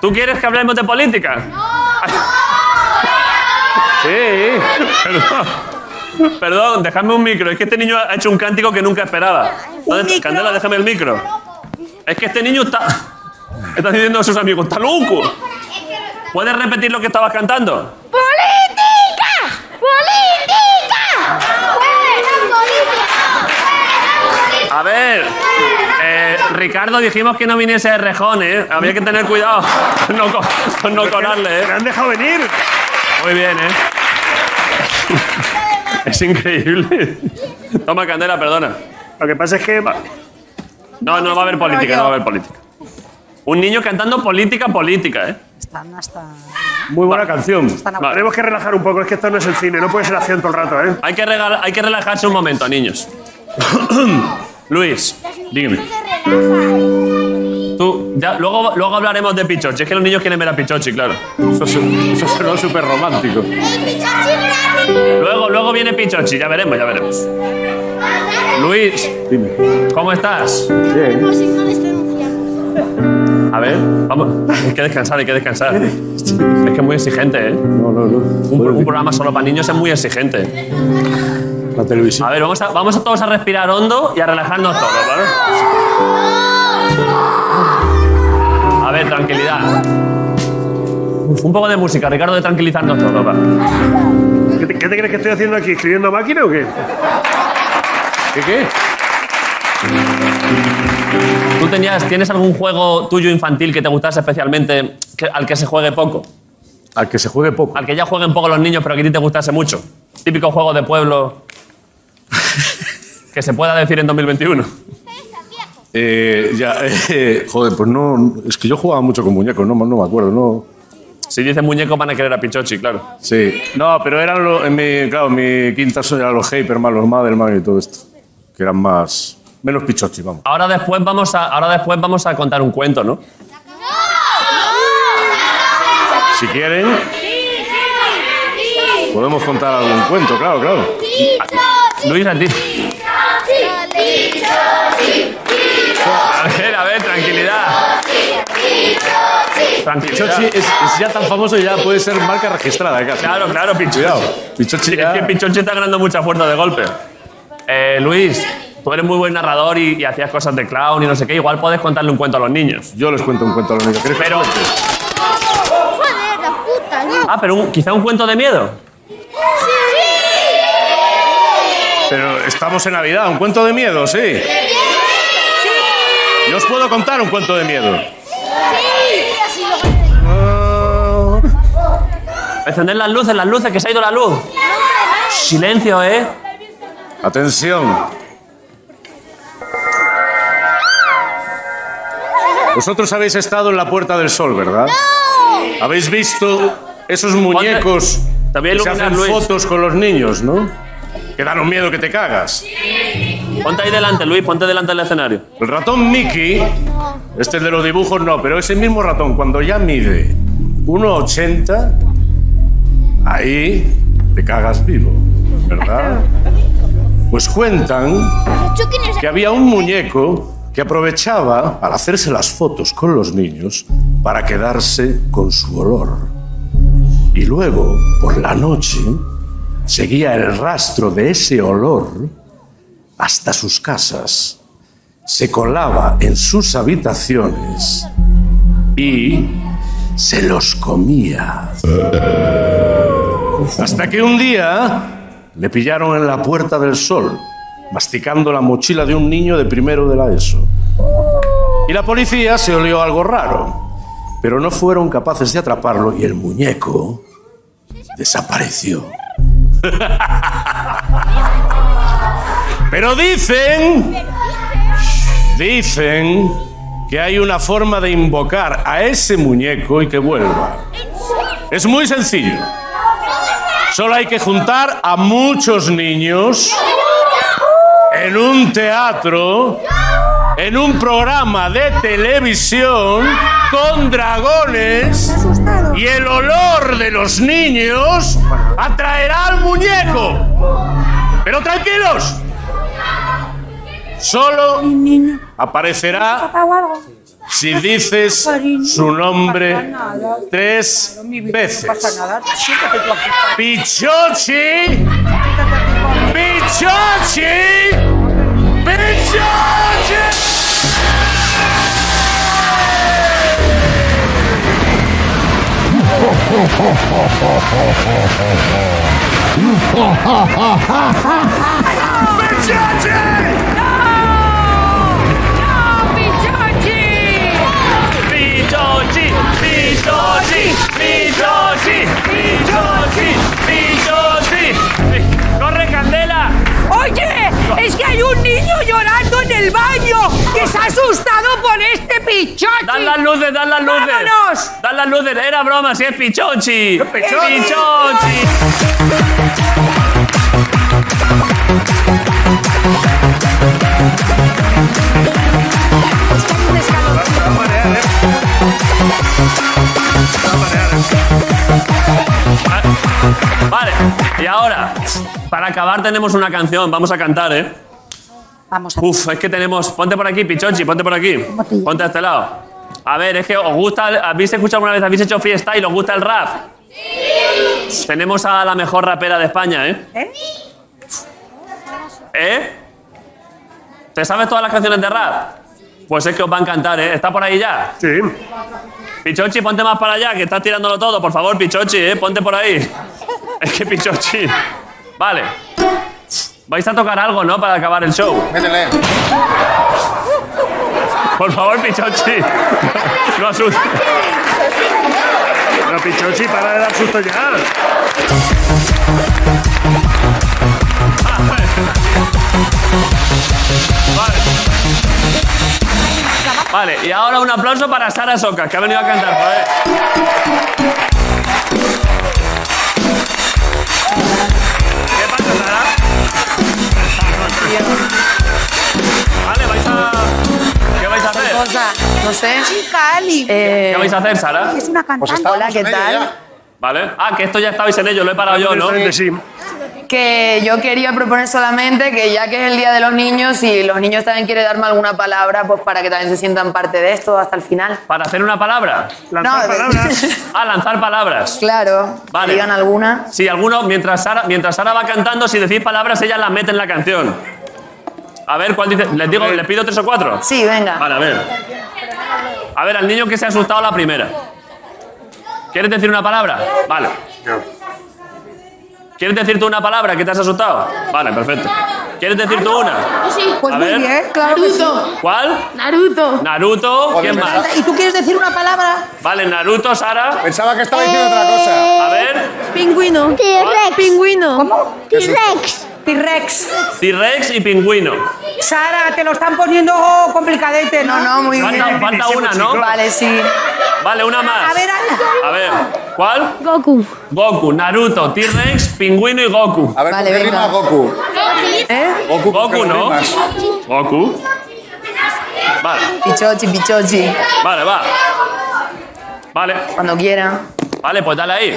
B: ¿Tú quieres que hablemos de política? Sí. Perdón, perdón, dejadme un micro. Es que este niño ha hecho un cántico que nunca esperaba. ¿Dónde- Candela, déjame el micro. Es que este niño está... Está diciendo a sus amigos, está loco. ¿Puedes repetir lo que estabas cantando?
E: ¡Política! ¡Política! ¡Fuera política!
B: A ver, eh, Ricardo, dijimos que no viniese de rejón, ¿eh? Había que tener cuidado con no, co- con no colarle, ¿eh?
D: ¡Me han dejado venir!
B: Muy bien, ¿eh? *laughs* Es increíble. Toma, Candela, perdona.
D: Lo que pasa es que.
B: No, no va a haber política, no va a haber política. Un niño cantando política, política, ¿eh?
H: están hasta.
D: Muy buena canción.
H: aburridos.
D: Tenemos que relajar un poco, es que esto no es el cine, no puede ser acción todo el rato, ¿eh?
B: Hay que, regal- hay que relajarse un momento, niños. *coughs* Luis, dígame. Tú, ya, luego, luego hablaremos de Pichochi. Es que los niños quieren ver a Pichochi, claro. Eso, eso sonó súper romántico. Luego, luego viene Pichochi, ya veremos, ya veremos. Luis, ¿cómo estás? A ver, vamos. Hay que descansar, hay que descansar. Es que es muy exigente, ¿eh? No, no, no. Un, un programa solo para niños es muy exigente. La televisión. A ver, vamos a, vamos a todos a respirar hondo y a relajarnos todos, ¿vale? A ver, tranquilidad. Un poco de música, Ricardo, de tranquilizarnos todos, va.
D: ¿Qué te, qué te crees que estoy haciendo aquí? ¿Escribiendo a máquina o qué?
B: ¿Qué qué? ¿Tú tenías, tienes algún juego tuyo infantil que te gustase especialmente que- al que se juegue poco?
L: Al que se juegue poco.
B: Al que ya jueguen poco los niños, pero que a ti te gustase mucho. Típico juego
L: *laughs*
B: de pueblo que se pueda decir en 2021.
L: Eh, ya, *laughs* eh, joder, pues no. Es que yo jugaba mucho con muñecos, no, no me acuerdo, no.
B: Si dices muñeco van a querer a Pichochi, claro.
L: Sí. No, pero eran los. En mi, claro, mi quinta son eran los Hyperman, los Motherman y todo esto. Que eran más. Menos pichochi, vamos.
B: Ahora después vamos a, ahora después vamos a contar un cuento, ¿no?
L: Si quieren, podemos contar algún cuento, claro, claro.
B: Ah, Luis, a ti. A ver, a ver, tranquilidad. Tranquilidad.
L: Pichochi es, es ya tan famoso que ya puede ser marca registrada, ¿eh? casi.
B: Claro, claro, Pichochi.
L: Cuidado.
B: Sí, es que Pichochi está ganando mucha fuerza de golpe. Eh, Luis, tú eres muy buen narrador y, y hacías cosas de clown y no sé qué. Igual puedes contarle un cuento a los niños.
L: Yo les cuento un cuento a los niños.
B: Pero, ah, pero un- quizá un cuento de miedo.
L: Pero estamos en Navidad, un cuento de miedo, sí. Yo os puedo contar un cuento de miedo.
B: Encender las luces, las luces, que se ha ido la luz. Silencio, ¿eh?
L: Atención. Vosotros habéis estado en la Puerta del Sol, ¿verdad? Habéis visto esos muñecos
B: Te voy a
L: que se
B: iluminar,
L: hacen
B: Luis.
L: fotos con los niños, ¿no? Que dan un miedo que te cagas.
B: Ponte ahí delante, Luis, ponte delante del escenario.
L: El ratón Mickey, este de los dibujos no, pero ese mismo ratón, cuando ya mide 1,80, ahí te cagas vivo, ¿verdad? Pues cuentan que había un muñeco que aprovechaba, al hacerse las fotos con los niños, para quedarse con su olor. Y luego, por la noche, seguía el rastro de ese olor hasta sus casas. Se colaba en sus habitaciones y se los comía. Hasta que un día le pillaron en la Puerta del Sol, masticando la mochila de un niño de primero de la ESO. Y la policía se olió algo raro, pero no fueron capaces de atraparlo y el muñeco desapareció. *laughs* Pero dicen, dicen que hay una forma de invocar a ese muñeco y que vuelva. Es muy sencillo. Solo hay que juntar a muchos niños en un teatro, en un programa de televisión con dragones y el olor de los niños atraerá al muñeco. Pero tranquilos, solo aparecerá si dices su nombre tres veces. Pichochi. Pichochi. Pichochi.
B: Pichochi, Pichochi, Pichochi, Pichochi, Pichochi. ¡Corre, Candela!
Q: Oye, es que hay un niño llorando en el baño que se ha asustado por este pichote.
B: ¡Dan las luces, dan las luces.
R: ¡Vámonos!
B: Dan las luces, era broma, si es Pichochi.
R: Pichochi.
B: Pichochi. Vale, y ahora, para acabar tenemos una canción, vamos a cantar, ¿eh?
G: Vamos
B: a Uf, es que tenemos... Ponte por aquí, Pichochi, ponte por aquí. Ponte a este lado. A ver, es que os gusta... el- ¿Habéis escuchado alguna vez, habéis hecho fiesta y os gusta el rap? Sí. Tenemos a la mejor rapera de España, ¿eh?
G: ¿Eh?
B: ¿Eh? ¿Te sabes todas las canciones de rap? Pues es que os va a encantar, ¿eh? ¿Está por ahí ya?
L: Sí.
B: Pichochi, ponte más para allá, que estás tirándolo todo. Por favor, Pichochi, ¿eh? Ponte por ahí. Es que Pichochi... Vale. Vais a tocar algo, ¿no? Para acabar el show. Métele. Por favor, Pichochi. No asustes.
L: Pero Pichochi, para de dar susto ya.
B: Vale, y ahora un aplauso para Sara Socas, que ha venido a cantar. joder. ¿Qué pasa, Sara? Vale, vais a... ¿Qué vais a hacer?
H: no sé. Eh,
B: ¿Qué vais a hacer, Sara?
H: Es una
B: pues
H: cantante. Hola, ¿qué tal?
B: Vale. Ah, que esto ya estabais en ello, lo he parado yo, ¿no?
L: Sí.
H: Que yo quería proponer solamente que ya que es el Día de los Niños y los niños también quieren darme alguna palabra, pues para que también se sientan parte de esto hasta el final.
B: ¿Para hacer una palabra?
H: Lanzar No, de- palabras.
B: Ah, lanzar palabras.
H: *laughs* Claro,
B: Vale.
H: digan alguna.
B: Si alguno, mientras Sara, mientras Sara va cantando, si decís palabras, ella las mete en la canción. A ver, ¿cuál dice? ¿Les digo, les pido tres o cuatro?
H: Sí, venga.
B: Vale, a ver. A ver, al niño que se ha asustado la primera. ¿Quieres decir una palabra? Vale. ¿Quieres decir tú una palabra que te has asustado? Vale, perfecto. ¿Quieres decir tú una?
G: Pues
B: A
G: muy
B: ver.
G: bien, claro que sí.
B: ¿Cuál?
G: Naruto.
B: Naruto. ¿Quién más?
G: ¿Y tú quieres decir una palabra?
B: Vale, Naruto, Sara. Pensaba que estaba
G: diciendo otra
B: cosa. A ver.
H: Pingüino.
G: T-Rex. Pingüino. ¿Cómo?
H: T-Rex.
G: T-Rex.
B: T-Rex y pingüino.
G: Sara, te lo están poniendo oh, complicadete, ¿no?
H: No, muy
B: Falta- bien. falta una, ¿no?
H: Vale, sí.
B: Vale, una más.
H: A ver,
B: A ver, ¿cuál? Goku. Goku, Naruto, T-Rex, pingüino y Goku. A
K: ver, ¿con Vale, qué venga. rima Goku?
H: ¿Eh?
B: Goku,
K: ¿con qué
B: ¿no?
K: rimas?
B: Goku. Vale,
H: Pichochi, pichochi.
B: vale, va. Vale.
H: Cuando quiera.
B: Vale, pues dale ahí.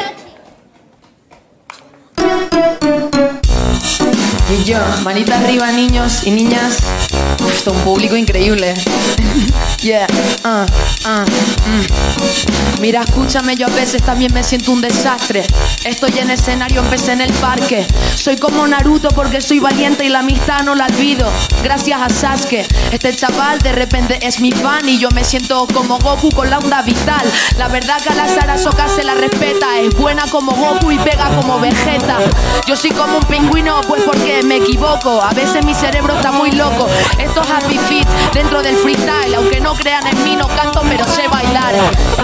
H: Y yo, manita arriba, niños y niñas. Uf, esto es un público increíble. *laughs* Yeah, ah, ah, mm. Mira, escúchame, yo a veces también me siento un desastre. Estoy en escenario, empecé en el parque. Soy como Naruto porque soy valiente y la amistad no la olvido. Gracias a Sasuke, este chaval de repente es mi fan y yo me siento como Goku con la onda vital. La verdad que a la Sara Soka se la respeta, es buena como Goku y pega como Vegeta. Yo soy como un pingüino, pues porque me equivoco. A veces mi cerebro está muy loco. pues, Esto es happy fit dentro del freestyle. Aunque no crean en mí, no canto, pero sé bailar.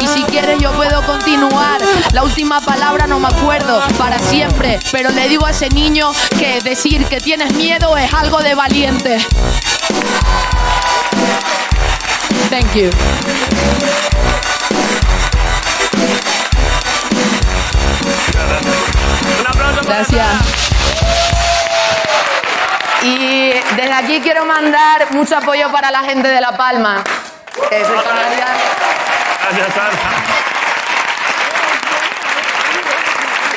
H: Y si quieres, yo puedo continuar. La última palabra no me acuerdo para siempre. Pero le digo a ese niño que decir que tienes miedo es algo de valiente. Thank you.
B: Gracias.
H: Y desde aquí quiero mandar mucho apoyo para la gente de La Palma. que se están
B: Gracias, Sara.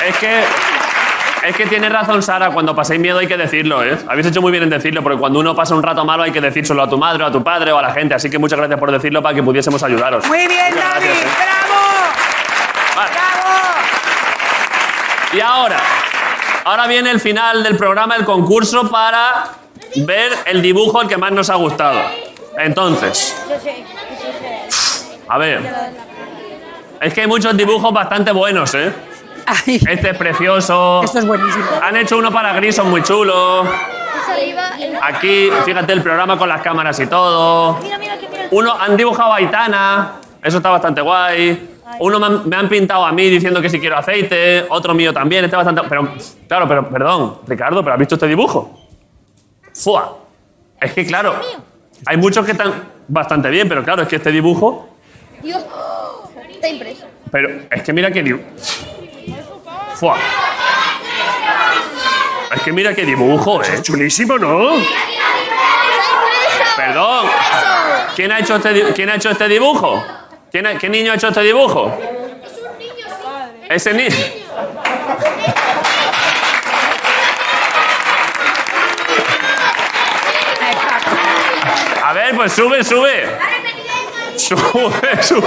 B: Es que. Es que tiene razón Sara, cuando paséis miedo hay que decirlo, ¿eh? Habéis hecho muy bien en decirlo, porque cuando uno pasa un rato malo hay que decírselo a tu madre, a tu padre o a la gente. Así que muchas gracias por decirlo para que pudiésemos ayudaros.
R: Muy bien, David.
B: Y ahora, ahora viene el final del programa, el concurso para ver el dibujo el que más nos ha gustado. Entonces, a ver. Es que hay muchos dibujos bastante buenos, ¿eh? Este es precioso. Esto
G: es buenísimo.
B: Han hecho uno para Grison muy chulo. Aquí, fíjate el programa con las cámaras y todo. Uno, han dibujado a Aitana. Eso está bastante guay. Uno me han, me han pintado a mí diciendo que si quiero aceite. Otro mío también. Está bastante. Pero, claro, pero, perdón, Ricardo, pero ¿has visto este dibujo? ¡Fua! Es que, claro, hay muchos que están bastante bien, pero claro, es que este dibujo
S: Dios. Está impreso.
B: Pero es que mira qué dibujo. Es que mira qué dibujo, ¿eh? Es
L: chulísimo, ¿no?
B: Perdón. ¿Quién ha hecho este, di- quién ha hecho este dibujo? ¿Quién ha- ¿Qué niño ha hecho este dibujo? Es un niño, Ese niño. A ver, pues sube, sube. Sube, sube.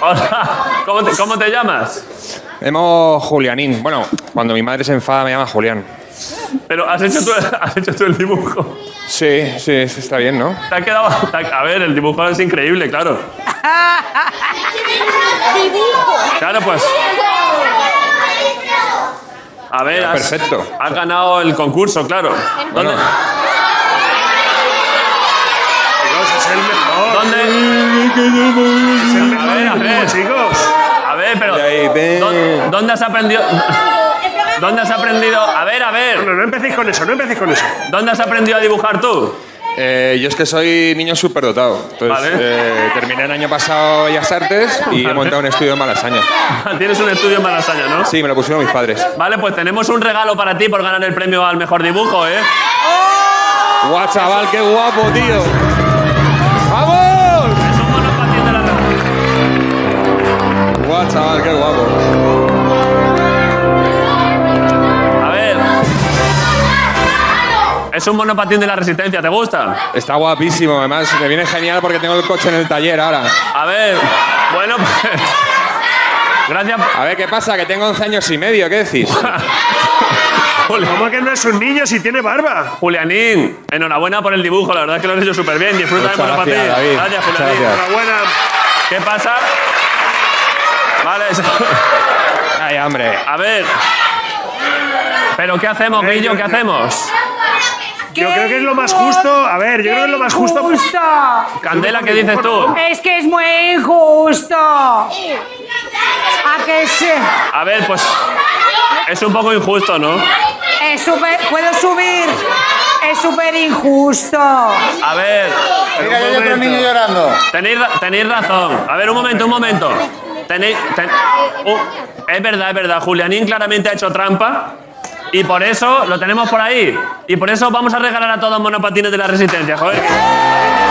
B: Hola, ¿cómo te, cómo te llamas?
I: Me llamo Julianín. Bueno, cuando mi madre se enfada me llama Julián.
B: Pero has hecho tú, has hecho tú el dibujo.
I: Sí, sí, está bien, ¿no?
B: Te ha quedado. te ha- a ver, el dibujo es increíble, claro. Claro, pues. A ver, has,
I: Perfecto.
B: has ganado el concurso, claro. ¿Dónde?
L: es el mejor.
B: ¿Dónde?
L: Es el mejor
B: A ver, a ver.
L: chicos.
B: A ver, pero. ¿dó- ¿Dónde has aprendido? *laughs* ¿Dónde has aprendido? A ver, a ver.
L: No, no empecéis con eso, no empecéis con eso.
B: ¿Dónde has aprendido a dibujar tú?
I: Eh, yo es que soy niño superdotado. Entonces,
B: Vale.
I: eh, terminé el año pasado Bellas Artes y he montado un estudio en Malasaña.
B: *laughs* Tienes un estudio en Malasaña, ¿no?
I: Sí, me lo pusieron mis padres.
B: Vale, pues tenemos un regalo para ti por ganar el premio al mejor dibujo, ¿eh?
I: ¡Guau, chaval, qué guapo, tío! ¡Vamos! ¡Guau, chaval, qué guapo!
B: A ver. Es un monopatín de la resistencia, ¿te gusta?
I: Está guapísimo, además me viene genial porque tengo el coche en el taller ahora.
B: A ver, bueno, *laughs* pues, gracias.
I: A ver, ¿qué pasa? Que tengo 11 años y medio, ¿qué decís?
L: ¿Cómo que no es un niño si tiene barba?
B: Julianín, enhorabuena por el dibujo, la verdad es que lo has hecho súper bien. Disfruta del
I: Muchas
B: monopatín.
I: gracias, David.
B: Gracias,
I: Muchas
B: Julianín.
I: gracias.
L: Enhorabuena.
B: ¿Qué pasa? Vale, eso-
I: Ay, hombre.
B: a ver. ¿Pero qué hacemos, Guillo? ¿Qué hacemos?
L: Yo creo que es lo más justo. A ver, yo creo que es lo más justo.
B: Candela, ¿qué dices tú?
H: Es que es muy injusto. ¿A que sí?
B: A ver, pues es un poco injusto, ¿no?
H: Es súper... ¿Puedo subir? Es súper injusto.
B: A ver.
H: Mira, hay otro niño
B: llorando. Tenéis, ra- tenéis razón. A ver, un momento, un momento. Tenéis. ten- Uh, es verdad, es verdad. Julianín claramente ha hecho trampa. Y por eso lo tenemos por ahí. Y por eso vamos a regalar a todos monopatines de la resistencia, joder. que-